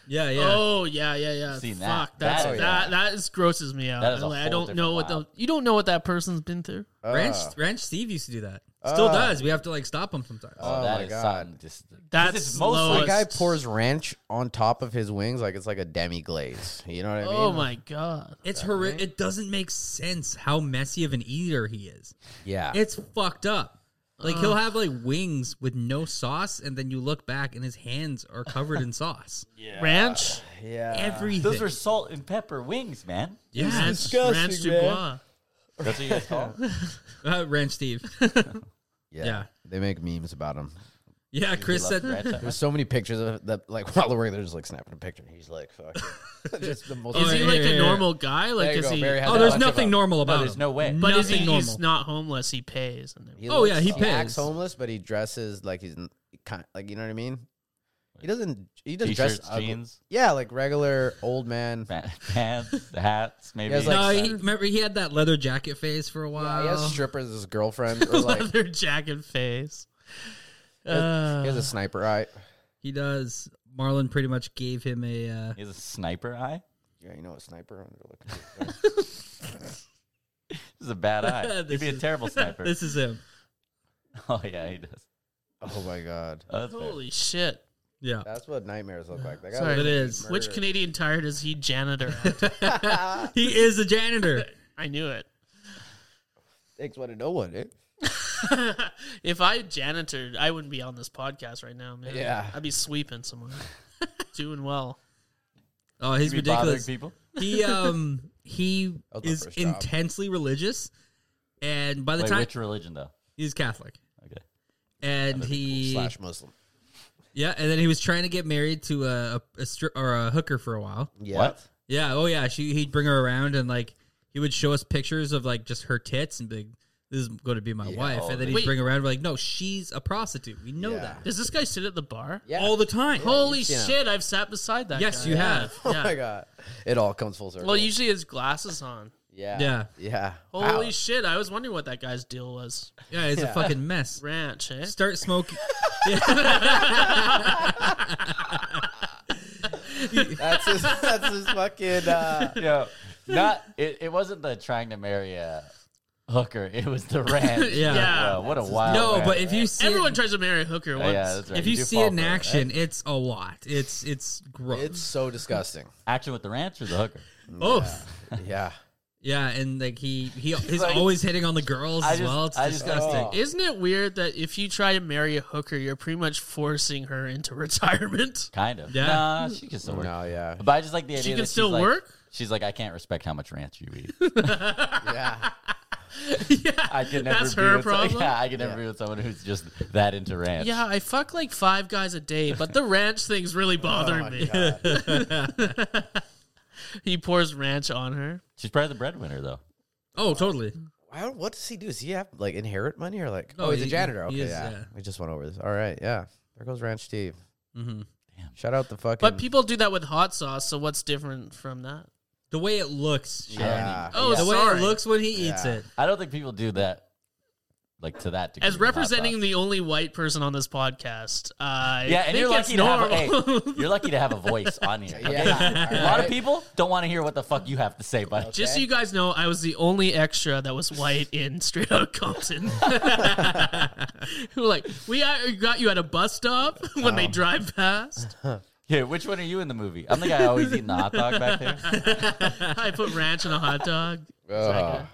E: Yeah, yeah.
D: Oh yeah, yeah, yeah.
C: Seen that.
D: Fuck, that's,
C: That
D: that,
B: is-
D: that is grosses me out.
C: That is a
D: Like, I
C: whole
D: don't
C: different
D: know what the
C: level.
D: you don't know what that person's been through.
B: Uh,
E: Ranch Ranch Steve used to do that. Still
B: Ah.
E: does. We have to like stop him sometimes.
B: Oh
C: that
B: my
C: is
B: God.
C: something just- 'cause
D: That's
C: it's
D: low.
C: mostly
B: the guy
D: Bust.
B: pours ranch on top of his wings like it's like a demi glaze. You know what I mean?
D: oh my god.
E: it's horrific. It doesn't make sense how messy of an eater he is.
B: Yeah.
E: It's fucked up. Like he'll have like wings with no sauce, and then you look back and his hands are covered in (laughs) sauce.
D: Ranch,
B: yeah.
E: Everything.
C: those are salt and pepper wings, man.
E: yeah.
D: ranch, ranch Dubois.
C: That's what you guys call. 'em?
E: Uh, Ranch Steve. (laughs)
B: Yeah.
E: Yeah.
B: They make memes about him.
E: Yeah, Chris said.
B: There's so many pictures of that. Like (laughs) while we're there, just like snapping a picture. and He's like, fucking, (laughs) just the most.
D: Is he
E: Oh, yeah,
D: like
E: yeah,
D: a
E: yeah.
D: normal guy? Like
B: There you
D: is
B: go,
D: he?
B: Barry has
E: Oh,
B: that
E: there's
B: bunch of
E: nothing
B: them.
E: normal about
C: there's (laughs)
E: him.
C: no way.
D: but is
E: nothing
D: he?
E: normal.
D: He's not homeless. He pays. And
B: He
E: Oh,
B: looks-
E: yeah, he
B: acts
E: pays.
B: homeless, but he dresses like he's n- kind, like you know what I mean. He doesn't. He doesn't
C: T-shirts,
B: dress. ugly.
C: jeans, (laughs)
B: Yeah, like regular old man.
C: pa-
E: (laughs)
C: pants, hats, maybe.
B: has,
E: No,
B: like-
E: he, remember he had that leather jacket phase for a
B: Yeah,
E: while.
B: he has strippers as his girlfriend, or like
D: leather jacket face.
B: he has
E: (laughs)
D: Uh,
B: a sniper eye.
E: He does. Marlon pretty much gave him a. Uh,
C: He has a sniper eye.
B: Yeah, you know what sniper.
E: (laughs)
C: This is a bad eye. He'd
E: (laughs) This
C: be a
E: is-
C: terrible sniper.
E: this is him.
C: oh yeah, he does.
B: oh my god,
C: Oh, that's fair.
D: holy shit!
E: Yeah.
B: that's what nightmares look like. That guy
D: Sorry.
E: It
B: looks
E: is.
B: like
D: Which
B: murder.
D: Canadian Tire does he janitor?
B: (laughs)
D: At?
E: he is
C: (laughs)
E: the janitor.
D: I knew it.
B: takes one to know one. Eh?
D: (laughs) if I janitored, I wouldn't be on this podcast right now, man.
B: Yeah.
D: I'd be sweeping somewhere, (laughs) doing well.
E: Oh, he's
C: Be bothering
E: ridiculous.
C: people. (laughs)
E: He um he
B: That was my
E: is
B: first job.
E: intensely religious, and by the
C: Wait,
E: time
C: which religion though?
E: he's Catholic,
C: Okay.
E: and he
B: slash Muslim.
E: yeah, and then he was trying to get married to a a, a stri- or a hooker for a while.
B: Yeah.
C: What?
E: Yeah. Oh yeah. She he'd bring her around and like he would show us pictures of like just her tits and be like, this is going to be my wife,
C: oh,
E: and then
C: they-
E: he'd
D: Wait.
E: bring her around and be like, no, she's a prostitute. We know
B: Yeah.
E: that
D: Does this guy sit at the bar?
B: Yeah.
E: all the time.
D: Holy
B: you've seen him. (laughs)
D: shit! I've sat beside that.
E: Yes,
D: guy.
E: you
D: Yeah.
E: have.
D: Yeah.
B: Oh my god, it all comes full circle.
D: Well, usually his glasses on.
B: yeah,
E: Yeah.
B: yeah.
D: Holy
E: (laughs)
B: Wow.
D: shit! I was wondering what that guy's deal was.
E: Yeah, it's a fucking
D: (laughs)
E: mess.
D: Ranch, eh?
E: Start smoking.
B: that's his. That's his fucking. Uh,
C: Yeah. Not. It, it wasn't the trying to marry a hooker. It was
D: (laughs)
C: the ranch.
E: Yeah.
D: Yeah.
C: Wow, what a wild.
E: no,
C: ranch.
E: but if you
D: (laughs)
E: see
D: Everyone
E: it,
D: tries to marry a hooker
C: Oh,
D: once.
C: yeah, that's right.
E: if you,
C: do
E: see
C: fall
E: it in
C: for right?
E: action, it's a lot. It's it's gross.
B: it's so disgusting.
C: action with the ranch or the hooker.
E: oh
B: Yeah.
E: yeah, and like he he he's
C: like-
E: always hitting on the girls
C: I
E: as
C: just-
E: well. It's
C: I just-
E: disgusting.
B: Oh.
D: Isn't it weird that if you try to marry a hooker, you're pretty much forcing her into (laughs) retirement?
C: Kind of.
E: Yeah.
C: Nah, she can still work.
B: No. Yeah.
C: But I just like the idea.
D: She
C: that
D: can
C: she's
D: still
C: like-
D: work.
C: She's like, I can't respect how much ranch you eat.
D: (laughs)
B: Yeah.
D: yeah,
C: I can never
D: that's
C: be
D: her
C: with some- (laughs)
D: problem.
C: yeah, I can never be with someone who's just that into ranch.
D: Yeah, I fuck like five guys a day,
C: (laughs)
D: but the ranch thing's
C: Oh,
D: really bothering me. (laughs) he pours ranch on her.
C: She's probably the breadwinner though.
E: Oh, totally.
B: Wow, what does he do? Does he have like inherit money or like?
E: No,
B: oh, he's a
E: he-
B: janitor.
E: he
B: Okay,
E: is,
B: yeah.
E: yeah.
B: We just went over this. All right, yeah. There goes Ranch Steve.
E: hmm
B: Shout out the fucking.
D: But people do that with hot sauce, so what's different from that?
E: The way it looks. Sharon.
B: Yeah.
D: Oh,
B: yeah.
E: The way
D: Sorry.
E: it looks when he eats
B: Yeah.
E: it.
C: I don't think people do that, like to that degree.
D: As
C: with hot
D: representing
C: sauce.
D: the only white person on this podcast, I
C: yeah, and
D: think
C: you're
D: it's
C: lucky to have a,
D: (laughs) normal.
C: hey, you're lucky to have a voice on here.
B: (laughs) Yeah.
C: okay?
B: All
E: (laughs)
C: a lot
B: right.
C: of people don't want to hear what the fuck you have to say, but
D: Just so you guys know, I was the only extra that was white in Straight
C: (laughs)
D: Out Compton. Who were like we uh, got you at a bus stop (laughs) when
C: Uh-huh.
D: they drive past. (laughs)
C: yeah, which one are you in the movie? I'm the guy always eating the hot dog
B: (laughs)
C: back there.
D: I put ranch in a hot dog.
C: Uh-huh.
B: Ugh.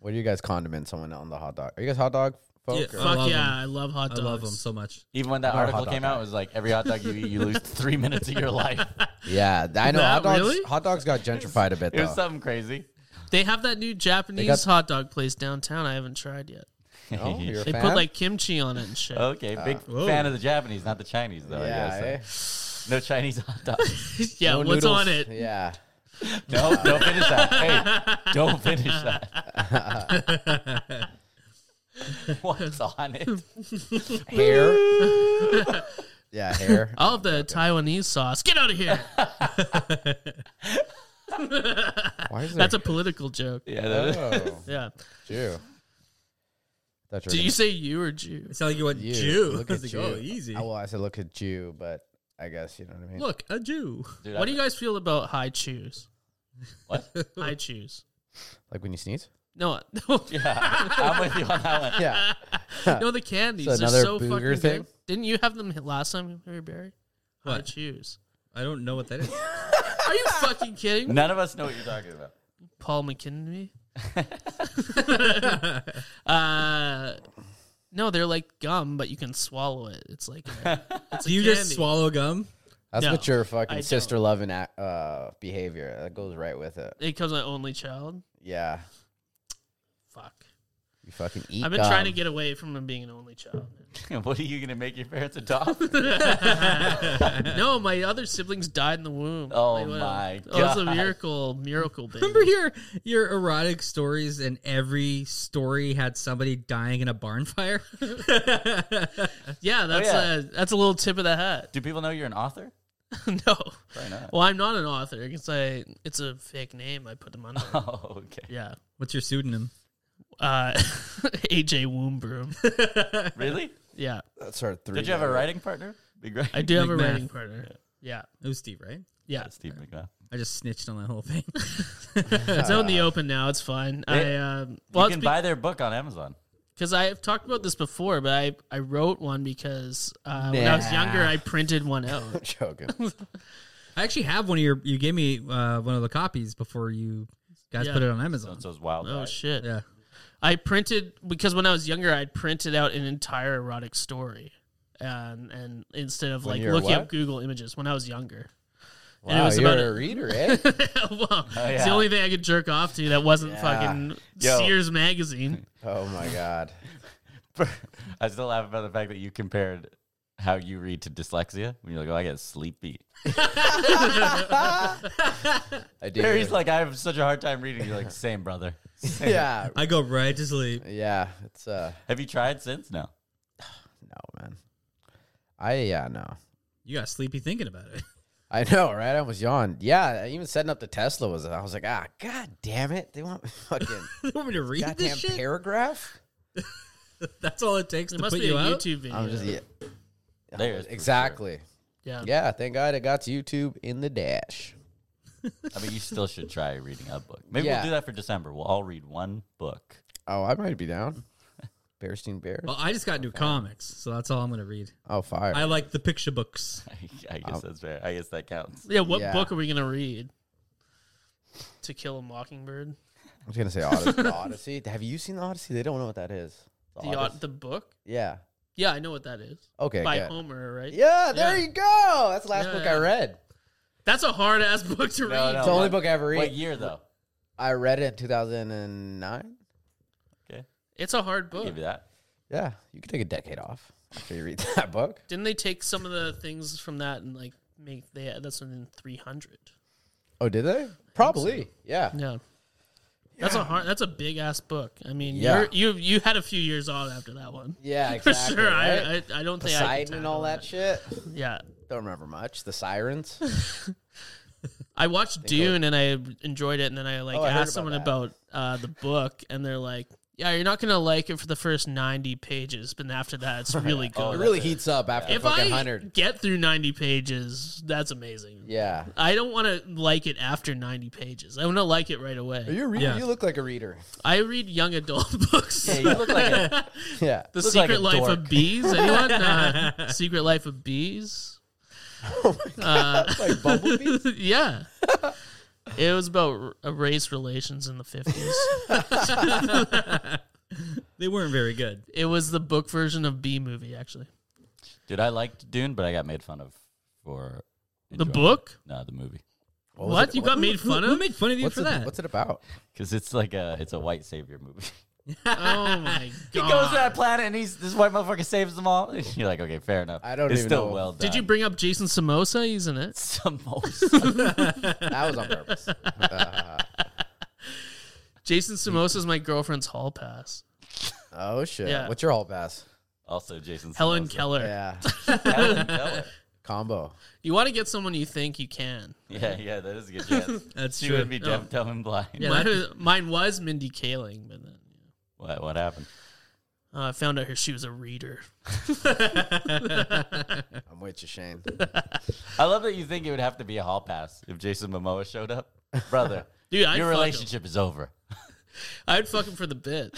B: what do you guys condiment someone on the hot dog? Are you guys hot dog folk?
E: Yeah.
B: or-
E: I
D: Fuck
E: love
D: yeah,
E: 'em.
D: I love hot
E: I
D: dogs.
E: love him so much.
C: Even when that
B: I'm not a hot
C: article
B: dog
C: came
B: guy.
C: out, it was like every hot dog you eat, you lose three minutes of
B: (laughs)
C: your life.
B: yeah. I know.
D: That
B: hot dogs.
D: really?
B: Hot dogs got gentrified a bit
C: It
B: though.
C: was something crazy.
D: They have that new Japanese
B: got-
D: hot dog place downtown. I haven't tried yet.
B: No? Oh, You're a
D: They
B: fan?
D: put like kimchi on it and shit.
C: (laughs)
B: Oh.
C: Okay, big fan of the Japanese, not the Chinese though.
B: Yeah.
C: I guess.
B: eh?
C: No Chinese hot dogs. (laughs)
D: (laughs) yeah,
B: No
D: uh, what's
B: noodles.
D: on it?
B: Yeah.
C: No, don't finish that. Hey, don't
B: (laughs)
C: finish that. (laughs) What's on
B: Oh.
C: it?
B: Hair.
D: (laughs)
B: yeah. Hair.
D: I'll have the Taiwanese sauce. Get out
B: (laughs)
D: of here.
B: Why is there?
D: Uh, That's a political joke.
C: Yeah, that-
D: (laughs)
B: Oh,
D: Yeah.
B: Jew. That's
D: Did you say you or Jew?
E: It's not like you went
B: You,
E: Jew.
D: (laughs)
E: (laughs)
B: Look
E: It's
B: at
E: like,
B: you.
E: oh, easy.
B: I, well, I said look at you, but I guess you know what I mean.
E: Look, a Jew.
C: dude,
D: What
C: I-
D: do you guys feel about high chews?
C: What?
D: (laughs) High chews.
B: Like when you
D: (laughs)
B: sneeze.
D: No,
B: (laughs)
D: no,
C: Yeah, I'm with you on that one.
B: Yeah.
D: no, the candies.
B: So
D: They're
B: another
D: so
B: booger
D: fucking good.
B: thing?
D: Didn't you have them last time we were Barry? High
E: What?
D: chews.
E: I don't know what that is.
D: Are you fucking kidding me?
C: None of us know what you're talking about. (laughs)
D: Paul McKinney? (laughs) uh, no, they're like gum, but you can swallow it. It's like
C: (laughs)
D: a- it's a
E: Do you just
D: candy.
E: swallow gum?
B: That's
D: No,
B: mature
D: I
B: fucking
D: don't.
B: sister loving act- uh, behavior. That goes right with it.
D: It comes my only child.
B: Yeah.
D: Fuck.
B: You fucking eat.
D: I've been trying to
B: gum.
D: get away from being an only child.
C: what are you gonna make your parents adopt?
D: no, my other siblings died in the womb.
C: Oh
D: what a-
C: my
D: It was a
C: God.
D: miracle, miracle baby.
E: Remember (laughs) your your erotic stories, and every story had somebody dying in a barn fire. (laughs)
D: Yeah, that's
C: Oh, yeah.
D: a that's a little tip of the hat. (laughs)
C: Do people know you're an author?
D: no,
C: Probably not.
D: well, I'm not an author because I it's a fake name I put
C: (laughs)
D: them under.
C: (laughs) Oh, okay.
D: yeah,
E: What's your pseudonym?
D: uh, (laughs) AJ Woombroom. (laughs)
C: Really?
D: yeah,
B: That's our three.
C: Did you have a
B: letter.
C: writing partner? Big writing.
D: I do have a
E: McMath.
D: writing partner. Yeah,
E: It was Steve, right?
D: yeah.
C: (laughs) Steve McGraw.
E: I just snitched on that whole thing.
D: (laughs) It's out in the open now. It's fine. I
C: They-
D: um, well,
C: You
D: it's
C: can buy their book on Amazon.
D: because I've talked about this before, but I I wrote one because uh, when I was
B: Nah.
D: younger, I printed one
B: (laughs)
D: out. (laughs)
B: Joking.
E: (laughs) I actually have one of your. You gave me uh, one of the copies before you guys
D: Yeah.
E: put it on
C: So
E: Amazon.
C: it's those wild.
D: Oh
C: eyes.
D: shit!
E: Yeah,
D: I printed because when I was younger, I printed out an entire erotic story, and and instead of
B: When
D: like
B: you were
D: looking up
B: what?
D: Google images when I was younger. And it
B: Wow,
D: was
B: Oh, you're
D: about
B: a
D: it.
B: reader, eh?
D: (laughs) well, it's
C: yeah.
D: the only thing I could jerk off to that wasn't fucking
C: Yo.
D: Sears magazine.
B: oh my god.
C: (laughs) I still laugh about the fact that you compared how you read to dyslexia. When you're like, oh, I get
D: (laughs)
C: sleepy.
B: I do.
C: Barry's like, I have such a hard time reading. You're like, same brother. (laughs)
B: (laughs)
C: Same.
B: yeah,
E: I go right to sleep.
B: yeah. It's uh,
C: Have you tried since? No.
B: no man. I yeah no.
E: You got sleepy thinking about it. (laughs)
B: I (laughs) know, right? I almost yawned. Yeah, even setting up the Tesla was. I was like, ah, god damn it! They want (laughs) fucking
E: you want me to read
B: goddamn
E: this shit?
B: paragraph.
E: That's all it takes
D: It
E: to
D: must
E: put
D: be a
E: you out.
D: YouTube video.
B: I'm just yeah.
D: Uh,
C: There is for
B: exactly.
D: yeah.
B: Yeah, thank God it got to YouTube in the dash.
C: I mean, you still should try reading a book. Maybe
B: Yeah.
C: we'll do that for December. We'll all read one book. (laughs)
B: Oh, I might be down. Bearstein Bear.
E: Well, I just got new comics, so that's all I'm gonna read.
B: Oh, fire.
E: I like the picture books.
C: I, I
D: Um,
C: guess that's fair. I guess that counts.
D: Yeah, what
B: Yeah.
D: book are we gonna read? To Kill a Mockingbird.
B: I was gonna say Odyssey. Odyssey. Have you seen the Odyssey? They don't know what that is.
D: The
B: Odyssey.
D: the book.
B: yeah.
D: Yeah, I know what that is.
B: Okay.
D: By
B: good.
D: Homer, right?
B: Yeah, there
D: Yeah.
B: you go. That's the last
D: Yeah,
B: book
D: yeah. Oh,
B: I read.
D: That's a hard ass (laughs) book to read.
B: It's the only
C: what-
B: book I ever read.
C: What year though?
B: I read it in 2009.
D: It's a hard
C: I'll
D: book.
C: give you that.
B: Yeah, you can take a decade off after you read (laughs) that book.
D: Didn't they take some of the things from that and like make they that's in three hundred?
B: Oh, did they? Probably. Yeah.
D: Yeah. That's a hard. That's a big ass book. I mean,
B: Yeah.
D: you're, you you had a few years off after that one
B: Yeah,
D: for
B: exactly.
D: sure.
B: right?
D: I, I I don't think I could
B: Poseidon and all
D: tackle
B: that shit.
D: Yeah,
B: Don't remember much. The
D: (laughs)
B: sirens.
D: Oh, I watched Dune and I enjoyed it, and then I like
B: Oh, I heard
D: asked
B: about
D: someone
B: that.
D: about uh, the book, and they're like, "Yeah, you're not gonna like it for the first ninety pages, but after that, it's really good."
B: it really heats up after
D: if
B: Oh, fucking
D: I
B: 100.
D: get through ninety pages, that's amazing.
B: Yeah.
D: I don't want to like it after 90 pages. I want to like it right away.
B: Are you a reader?
E: Yeah.
B: You look like a reader. (laughs)
D: I read young adult (laughs) books.
C: Yeah, you look like a,
B: Yeah.
D: the
C: look like a
D: Secret Life of
C: dork.
D: Bees. Anyone? Uh, Secret Life of Bees. (laughs)
B: like (laughs) Bumblebee.
D: yeah. It was about r- uh, race relations in the 50s.
E: They weren't very good.
D: it was the book version of B movie, actually.
C: dude. I liked Dune, but I got made fun of for
D: The
C: enjoying-
D: book?
C: No, the movie.
B: was
D: what?
B: it-
D: You got made fun
E: Who, who
D: of?
E: made fun of you
B: What's
E: for
B: it,
E: that?
B: what's it about?
C: Because it's like a it's a white savior movie.
D: (laughs)
C: (laughs)
D: Oh (laughs) my
C: He goes to
D: god.
C: that planet and he's this white motherfucker saves them all. (laughs) You're like, okay, fair enough.
B: I don't
C: It's
B: even
C: still
B: know.
C: well done.
D: Did you bring up Jason Samosa? He's in it. (laughs)
C: Samosa?
B: That was on purpose. Uh,
D: Jason Samosa's my girlfriend's hall pass.
B: oh, shit.
D: Yeah.
B: What's your hall pass?
C: (laughs) also,
D: (laughs)
C: Jason.
D: Helen
C: Samosa.
D: Keller.
B: (laughs) Yeah.
C: Helen Keller.
B: Combo.
D: You want to get someone you think you can.
C: Yeah, yeah, that is a good
D: (laughs)
C: chance.
E: That's
C: she
E: true.
C: would be deaf, dumb, and blind.
D: Yeah, mine was, (laughs) mine was Mindy Kaling, but then
C: What, what happened?
D: uh, I found out her she was a reader.
B: I'm with you,
D: (laughs)
B: Shane.
C: I love that you think it would have to be a hall pass if Jason Momoa showed up,
D: (laughs)
C: brother.
D: Dude, I'd
C: your
D: fuck
C: relationship is over.
D: I'd fuck him for the bit.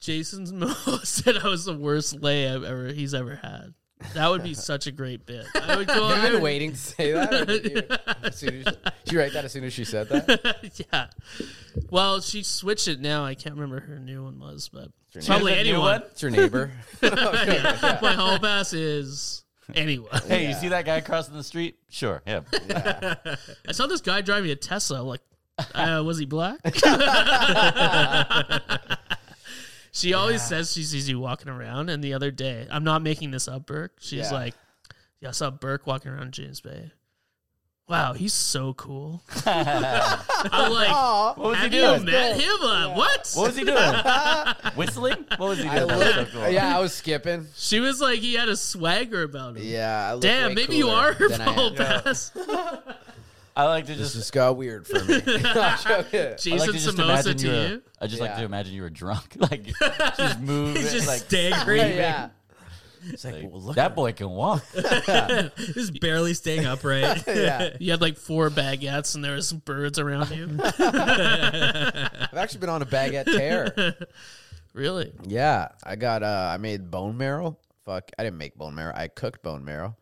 D: Jason Momoa (laughs) said I was the worst lay I've ever he's ever had. That would be such a great bit. I would go on.
B: I've been waiting to say that. or did
D: (laughs)
B: you- As soon as, did you write that as soon as she said that?
D: yeah. Well, she switched it now. I can't remember who her new one was, but
B: It's your neighbor.
D: probably
C: Here's a new
D: anyone. (laughs)
C: one.
B: It's your neighbor. (laughs)
D: My hall pass is
C: (laughs)
D: anyone.
C: Hey, you see that guy crossing the street? Sure, him.
D: I saw this guy driving a Tesla. I'm like, uh, was
C: (laughs)
D: he black? (laughs) she always says she sees you walking around. And the other day, I'm not making this up, Burke. She's
B: Yeah.
D: like, yeah, I saw Burke walking around James Bay. Wow, he's so cool.
C: (laughs)
D: I'm like,
B: Aw.
C: What was he
D: have
C: doing?
D: you met him? Uh, What?
C: What was
B: (laughs)
C: he doing? Whistling? What was he doing?
B: I
C: That was so
B: look,
C: cool.
B: yeah, I was skipping.
D: She was like, he had a swagger about him.
B: Yeah, I look
D: Damn,
B: way
D: maybe you
B: cooler
D: are her
B: than I am.
D: full pass.
B: (laughs)
C: I like to
B: This
C: just.
B: just got weird for
D: (laughs)
B: me. (laughs) I'm joking.
C: I like
D: Jason
C: to just
D: Samosa
C: imagine
D: to
C: you.
D: you.
B: uh,
C: were- I just like
B: Yeah.
C: to imagine you were drunk, (laughs) like
B: (laughs)
C: just moving,
E: He's just
C: like,
E: staggering.
B: yeah. It's like,
C: like,
B: well, look
C: that boy can walk.
B: (laughs)
E: (laughs) Just barely staying upright. (laughs)
B: Yeah.
D: You had like four baguettes and there was birds
B: (laughs)
D: around you.
B: I've actually been on a baguette tear.
D: really?
B: yeah, I got. uh I made bone marrow. Fuck, I didn't make bone marrow. I cooked bone marrow.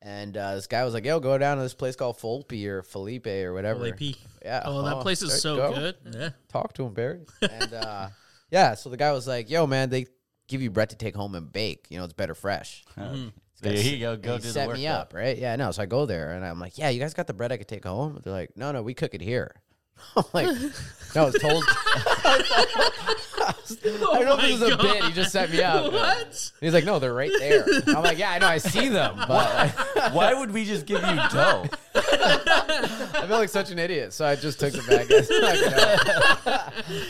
B: And uh, this guy was like, "Yo, go down to this place called Folpe or Felipe or whatever."
E: Holy pee.
B: Yeah.
D: Oh, that place
B: there
D: is
B: you
D: so
B: go.
D: good.
E: Yeah.
B: Talk to him,
D: (laughs)
B: Barry. And uh, yeah, so the guy was like, "Yo, man, they give you bread to take home and bake. You know, it's better fresh."
C: There you go.
B: And Mm-hmm.
C: Go
B: he
C: do the
B: set
C: work.
B: me up, right? Yeah, no. So I go there and I'm like, yeah, you guys got the bread I could take home? They're like, no, no, we cook it here. (laughs) I'm like,
D: (laughs)
B: no, I was told. I don't know if this is a
D: Oh my
B: bit. He just set me up.
D: What?
B: He's like, no, they're right there. I'm like, yeah, I know, I see them, but
C: Why would we
B: (laughs)
C: just give you dough?
B: I feel like such an idiot. So I just took the bag. (laughs) I was like,
D: (laughs)
B: no.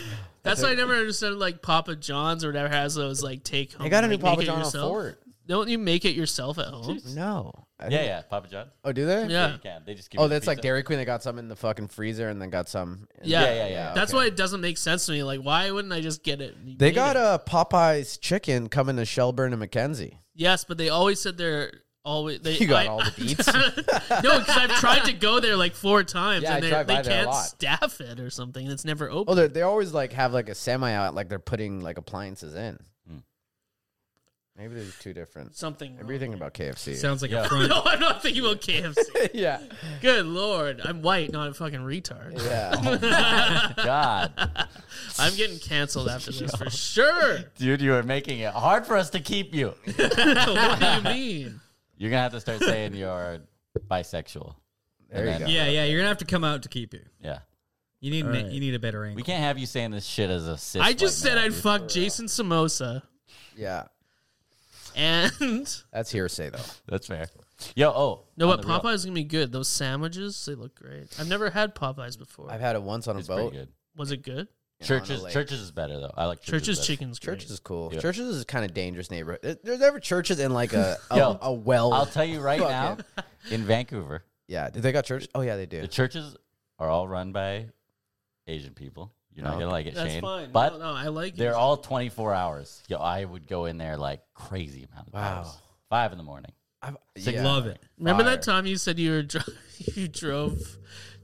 D: That's why I never understood like Papa John's or whatever has those like take home.
B: I got a new
D: like,
B: Papa
D: make it
B: John on
D: yourself.
B: Fort.
D: Don't you make it yourself at home?
B: No. I
C: Yeah,
B: think-
C: yeah, Papa John.
B: Oh, do they?
D: Yeah.
C: You can. They just give
B: Oh,
C: you the
B: that's like
C: pizza.
B: Dairy Queen. They got some in the fucking freezer and then got some. in-
D: Yeah.
C: Yeah, yeah, yeah.
D: That's
B: okay.
D: why it doesn't make sense to me. Like, why wouldn't I just get it? and
B: They
D: make
B: got
D: it?
B: a Popeye's chicken coming to Shelburne and McKenzie.
D: yes, but they always said they're always. They,
B: You got
D: I-
B: all
D: (laughs)
B: the deets.
D: no, because I've tried to go there like four times
B: Yeah, I
D: and they,
B: drive
D: they
B: by there a
D: can't
B: lot.
D: staff it or something. It's never
B: Oh,
D: open.
B: they they always like have like a semi out, like they're putting like appliances in.
C: Hmm.
B: Maybe they're two different.
D: something.
B: Maybe you're
D: wrong.
B: thinking about KFC.
E: Sounds like
C: Yeah.
E: a
D: (laughs)
E: front.
D: No, I'm not thinking about KFC.
B: (laughs)
D: (laughs)
B: yeah,
D: Good lord, I'm white, not a fucking retard.
B: yeah.
C: God,
D: I'm getting canceled after this
B: (laughs)
D: for sure. (laughs)
C: dude, you are making it hard for us to keep you.
D: what do
B: (laughs)
D: you mean?
C: You're gonna have to start saying you're bisexual.
B: There you go.
E: Yeah, yeah. You're gonna have to come out to keep you.
C: Yeah,
E: You need an, you need a better
C: we (laughs)
E: angle.
C: can't have you saying this shit as a cis.
D: I just
C: white
D: said
C: man,
D: I'd
C: dude.
D: fuck Jason Samosa
B: Yeah,
D: and (laughs)
B: that's hearsay though.
C: That's fair. Yo, oh,
D: no,
C: on
D: what
C: the real,
D: Popeyes is gonna be good. Those sandwiches, they look great. I've never had Popeyes before.
B: I've had it once on a
C: It's pretty
B: boat.
C: good.
D: Was it good?
C: Churches,
B: lake.
C: churches is better though. I like churches.
D: Church's
C: better.
D: chicken's great.
B: Churches is cool.
C: Yeah.
B: Churches is kind of dangerous neighborhood. There- There's ever churches in like a a,
C: Yo,
B: a well.
C: I'll tell you right
B: Fuck
C: now,
B: (laughs)
C: in Vancouver,
B: yeah, did they got church? Oh yeah, they
C: the
B: do.
C: churches are all run by Asian people. You're not
B: No.
C: gonna like it,
D: That's
C: Shane.
D: fine.
C: But
D: no, no, I like
C: They're
D: it.
C: all 24 hours. Yo, I would go in there like crazy amount of
B: Wow.
C: hours. Five in the morning.
B: I've,
E: I Love it.
D: Remember that
B: fire.
D: time you said you were dri- (laughs) you drove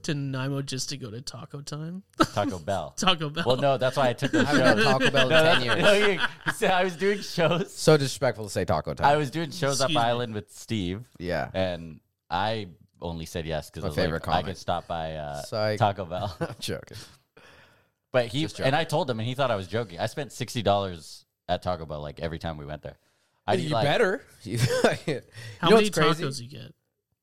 D: to Nanaimo just to go to Taco Time, (laughs)
C: Taco Bell.
D: Taco Bell.
C: well, no, that's why
B: (laughs)
C: I took those
B: I haven't
C: shows.
B: had Taco
C: (laughs)
B: Bell in ten
C: No,
B: years.
C: you- so I was doing shows.
B: So disrespectful to say Taco
C: I
B: Time.
C: was doing shows
D: Excuse
C: up
D: me.
C: island with Steve,
B: Yeah.
C: and I only said yes because
B: My
C: I was like,
B: favorite
C: I
B: comic.
C: could stop by uh,
B: Psych. (laughs)
C: Taco Bell. (laughs)
B: I'm joking.
C: But he
B: Just joking.
C: and I told him, and he thought I was joking. I spent sixty dollars at Taco Bell like every time we went there. I
B: you
C: like-
B: better.
C: (laughs)
B: (laughs) You-
D: How
B: You know
D: many
B: what's crazy?
D: tacos you get?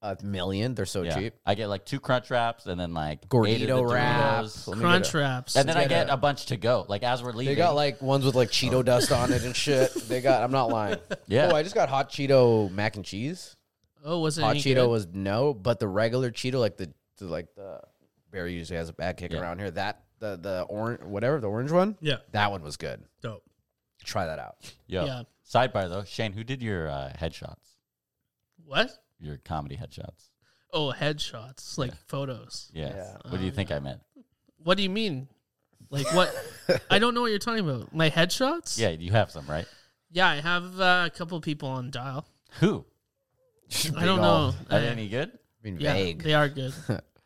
B: A million. They're so
C: yeah.
B: cheap.
C: I get like two crunch wraps and then like eight of the
B: Gordito wraps.
C: Doritos.
B: Let me get a-
D: Crunch wraps.
C: and then I
B: get
C: get a bunch to go. Like as we're leaving,
B: They got like ones with like
D: Oh.
B: Cheeto dust on it and
D: (laughs)
B: shit. They got. I'm not lying.
C: Yeah.
B: Oh, I just got hot Cheeto mac and cheese.
D: oh, was it
B: Hot
D: any
B: Cheeto
D: good?
B: was no, but the regular Cheeto, like the, the like the Barry usually has a bad kick
C: Yeah.
B: around here. That the the orange whatever the orange one.
E: Yeah.
B: That one was good.
E: Dope.
B: Try that out.
C: yo.
D: Yeah.
C: Sidebar though, Shane, who did your uh, headshots?
D: what?
C: Your comedy headshots?
D: Oh, headshots, like photos.
C: Yes.
B: Yeah.
C: What do you think I meant?
D: What do you mean? Like what? I don't know what you're talking about. My headshots?
C: Yeah, you have some, right?
D: Yeah, I have uh, a couple people on dial.
C: Who?
B: (laughs)
D: I don't know.
C: Are they
D: I-
C: any good?
B: I mean,
D: yeah,
B: vague.
D: they are good.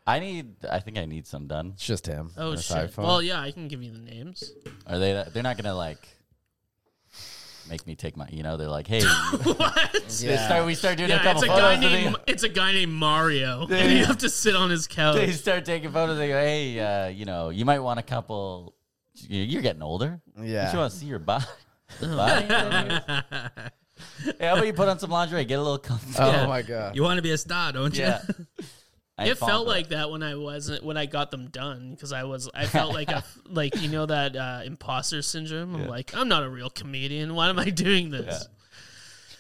C: I need. I think I need some done.
B: It's just him.
D: Oh
B: That's
D: shit.
B: iPhone.
D: Well, yeah, I can give you the names. (laughs)
C: Are they? They're not gonna like make me take my. You know, they're
D: (laughs)
C: like, hey. you-
B: (laughs)
D: What?
C: they start, we start doing a
D: Yeah,
C: couple
D: it's a guy
C: photos. and
D: named it's a guy named Mario, and you have to sit on his
C: they, (laughs) they
D: couch.
C: start taking photos. They go, hey, uh, you know, you might want a couple. you- You're getting older.
B: Yeah.
C: You want to see your
D: (laughs)
C: body.
D: Oh,
C: body? hey, how about you put on some lingerie, get a little comfy.
B: Oh
D: (laughs) (laughs) Yeah.
B: my god.
E: (laughs) You want to be a star, don't you?
C: Yeah. I
D: It
C: fall
D: felt
C: for
D: like that when I wasn't when I got them done because I was I felt
C: (laughs)
D: like a (laughs) like you know that uh, imposter syndrome. I'm
C: Yeah.
D: like I'm not a real comedian. Why am I doing this?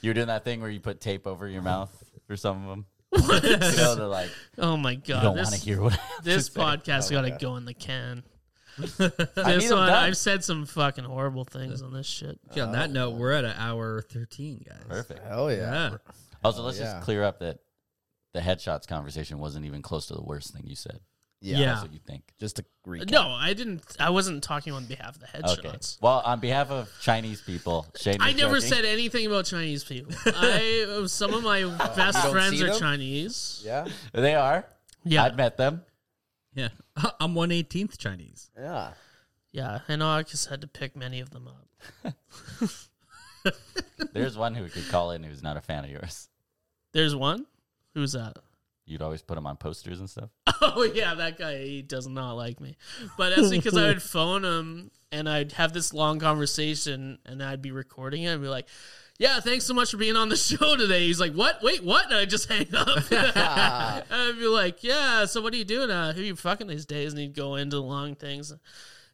C: you were doing that thing where you put tape over your mouth for some of them.
D: (laughs) What?
C: You know, they're like,
D: oh my
C: you
D: god!
C: don't want
D: this
C: to hear what. (laughs) I have to
D: this
C: say."
D: podcast
B: Oh,
D: got to
B: yeah.
D: go in the can. (laughs)
C: I need
D: This
C: them
D: one
C: done.
D: I've said some fucking horrible things on this shit.
E: Gee, on that note, we're at an hour thirteen, guys.
C: Perfect.
B: Hell yeah.
E: Yeah.
C: Also, Oh, let's
B: yeah.
C: just clear up that the headshots conversation wasn't even close to the worst thing you said.
B: Yeah.
E: Yeah.
C: That's what you think.
B: Just to recap.
D: Uh, No, I didn't. I wasn't talking on behalf of the headshots.
C: Okay. Well, on behalf of Chinese people, Shane.
D: I
C: is
D: never
C: joking.
D: said anything about Chinese people.
B: (laughs)
D: I some of my best
B: you don't
D: friends
B: see
D: are
B: them?
D: Chinese.
B: Yeah.
C: they are.
D: Yeah,
C: I've met them.
E: Yeah. (laughs) I'm one eighteenth Chinese.
D: (laughs)
B: Yeah.
D: yeah. And I just had to pick many of them up.
C: There's one who could call in who's not a fan of yours.
D: There's one. Who's that?
C: You'd always put him on posters and stuff.
D: (laughs) Oh yeah, that guy. He does not like me. But that's because I would phone him and I'd have this long conversation and I'd be recording it and be like. Yeah, thanks so much for being on the (laughs) show today. He's like, "What? Wait, what?" And I just hang up. (laughs) and I'd be like, "Yeah, so what are you doing? Uh, who you fucking these days?" And he'd go into long things.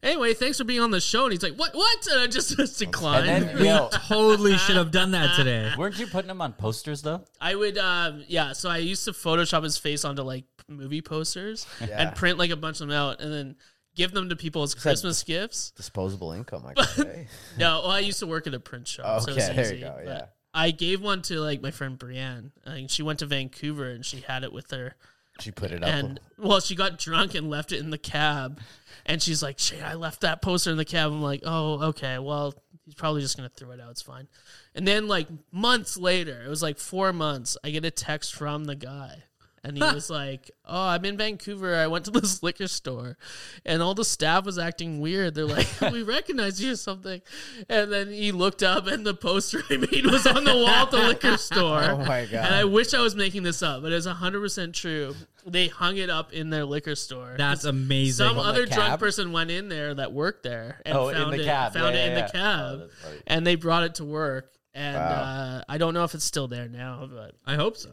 D: Anyway, thanks for being on the show. And he's like, "What? What?" And I just, just (laughs) declined.
C: And then, you know,
E: (laughs) Totally should have done
C: (laughs)
E: that today.
C: weren't you putting him on posters though?
D: I would, um, yeah. So I used to Photoshop his face onto like movie posters
B: Yeah.
D: and print like a bunch of them out, and then give them to people as Christmas gifts.
B: Disposable income,
D: (laughs)
B: I guess. eh?
D: No, well, I used to work at a print shop, so it's
B: Okay, there you
D: easy.
B: go,
D: but
B: yeah.
D: I gave one to like my friend Brienne. I think she went to Vancouver and she had it with her.
B: she put it up.
D: And well, she got drunk and left it in the cab. And she's like, "Shit, I left that poster in the cab." I'm like, "Oh, okay. Well, he's probably just gonna throw it out. It's fine." And then like months later, it was like four months. I get a text from the guy, and he was like, "Oh, I'm in Vancouver. I went to (laughs) this liquor store, and all the staff was acting weird.
B: (laughs)
D: They're like, "We recognize you or something." And then he looked up, and the poster I made was on the wall at the
B: (laughs)
D: liquor store.
B: Oh my God.
D: And I wish I was making this up, but it's 100% true. They hung it up in their liquor store.
E: That's amazing.
D: Some other drunk
B: cab?
D: person went in there that worked there and
C: Oh, in
D: found
C: the
D: it,
C: cab.
D: found
C: Yeah,
D: it in
C: yeah,
D: the
C: yeah.
D: cab,
C: Oh, that's funny.
D: and they brought it to work. And
B: Wow.
D: uh, I don't know if it's still there now, but
E: I hope so.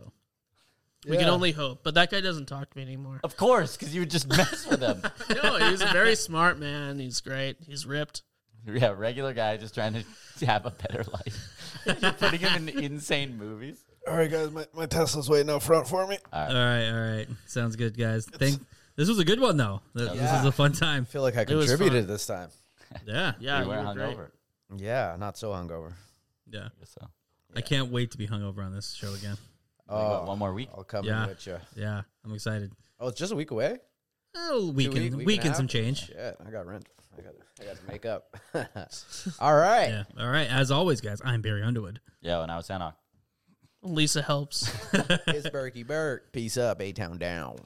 D: we can
B: Yeah.
D: only hope. But that guy doesn't talk to
C: (laughs)
D: me anymore.
C: Of course, because you would just mess with him.
D: no, he's a very smart man. He's great. He's ripped.
C: (laughs) yeah, regular guy just trying to have a better life. (laughs) You're putting him in insane movies.
G: All right, guys, my, my Tesla's waiting out front for me.
E: All right, all right. Sounds good, guys. Thank. This was a good one though. Th- This was
B: Yeah.
E: a fun time.
B: I feel like I
D: was
B: contributed this time.
E: Yeah,
D: Yeah,
C: we were
D: you were great.
C: hungover.
B: Yeah, not so hungover.
E: yeah.
C: So
E: I can't wait to be hungover on this show again.
C: we
B: Oh,
C: got one more week.
B: I'll come
E: Yeah.
B: with you.
E: Yeah, I'm excited.
B: Oh, it's just a week away.
E: Oh,
B: Two week-
E: weekend,
B: week and a
E: weekend,
B: half?
E: some change.
B: Shit, I got rent. I got I got to make up. (laughs) All right.
E: Yeah. All right. As always, guys, I'm Barry Underwood.
C: Yeah, when I was Hanok.
D: Lisa helps.
B: It's Berkey Burke. Peace up, A Town Down.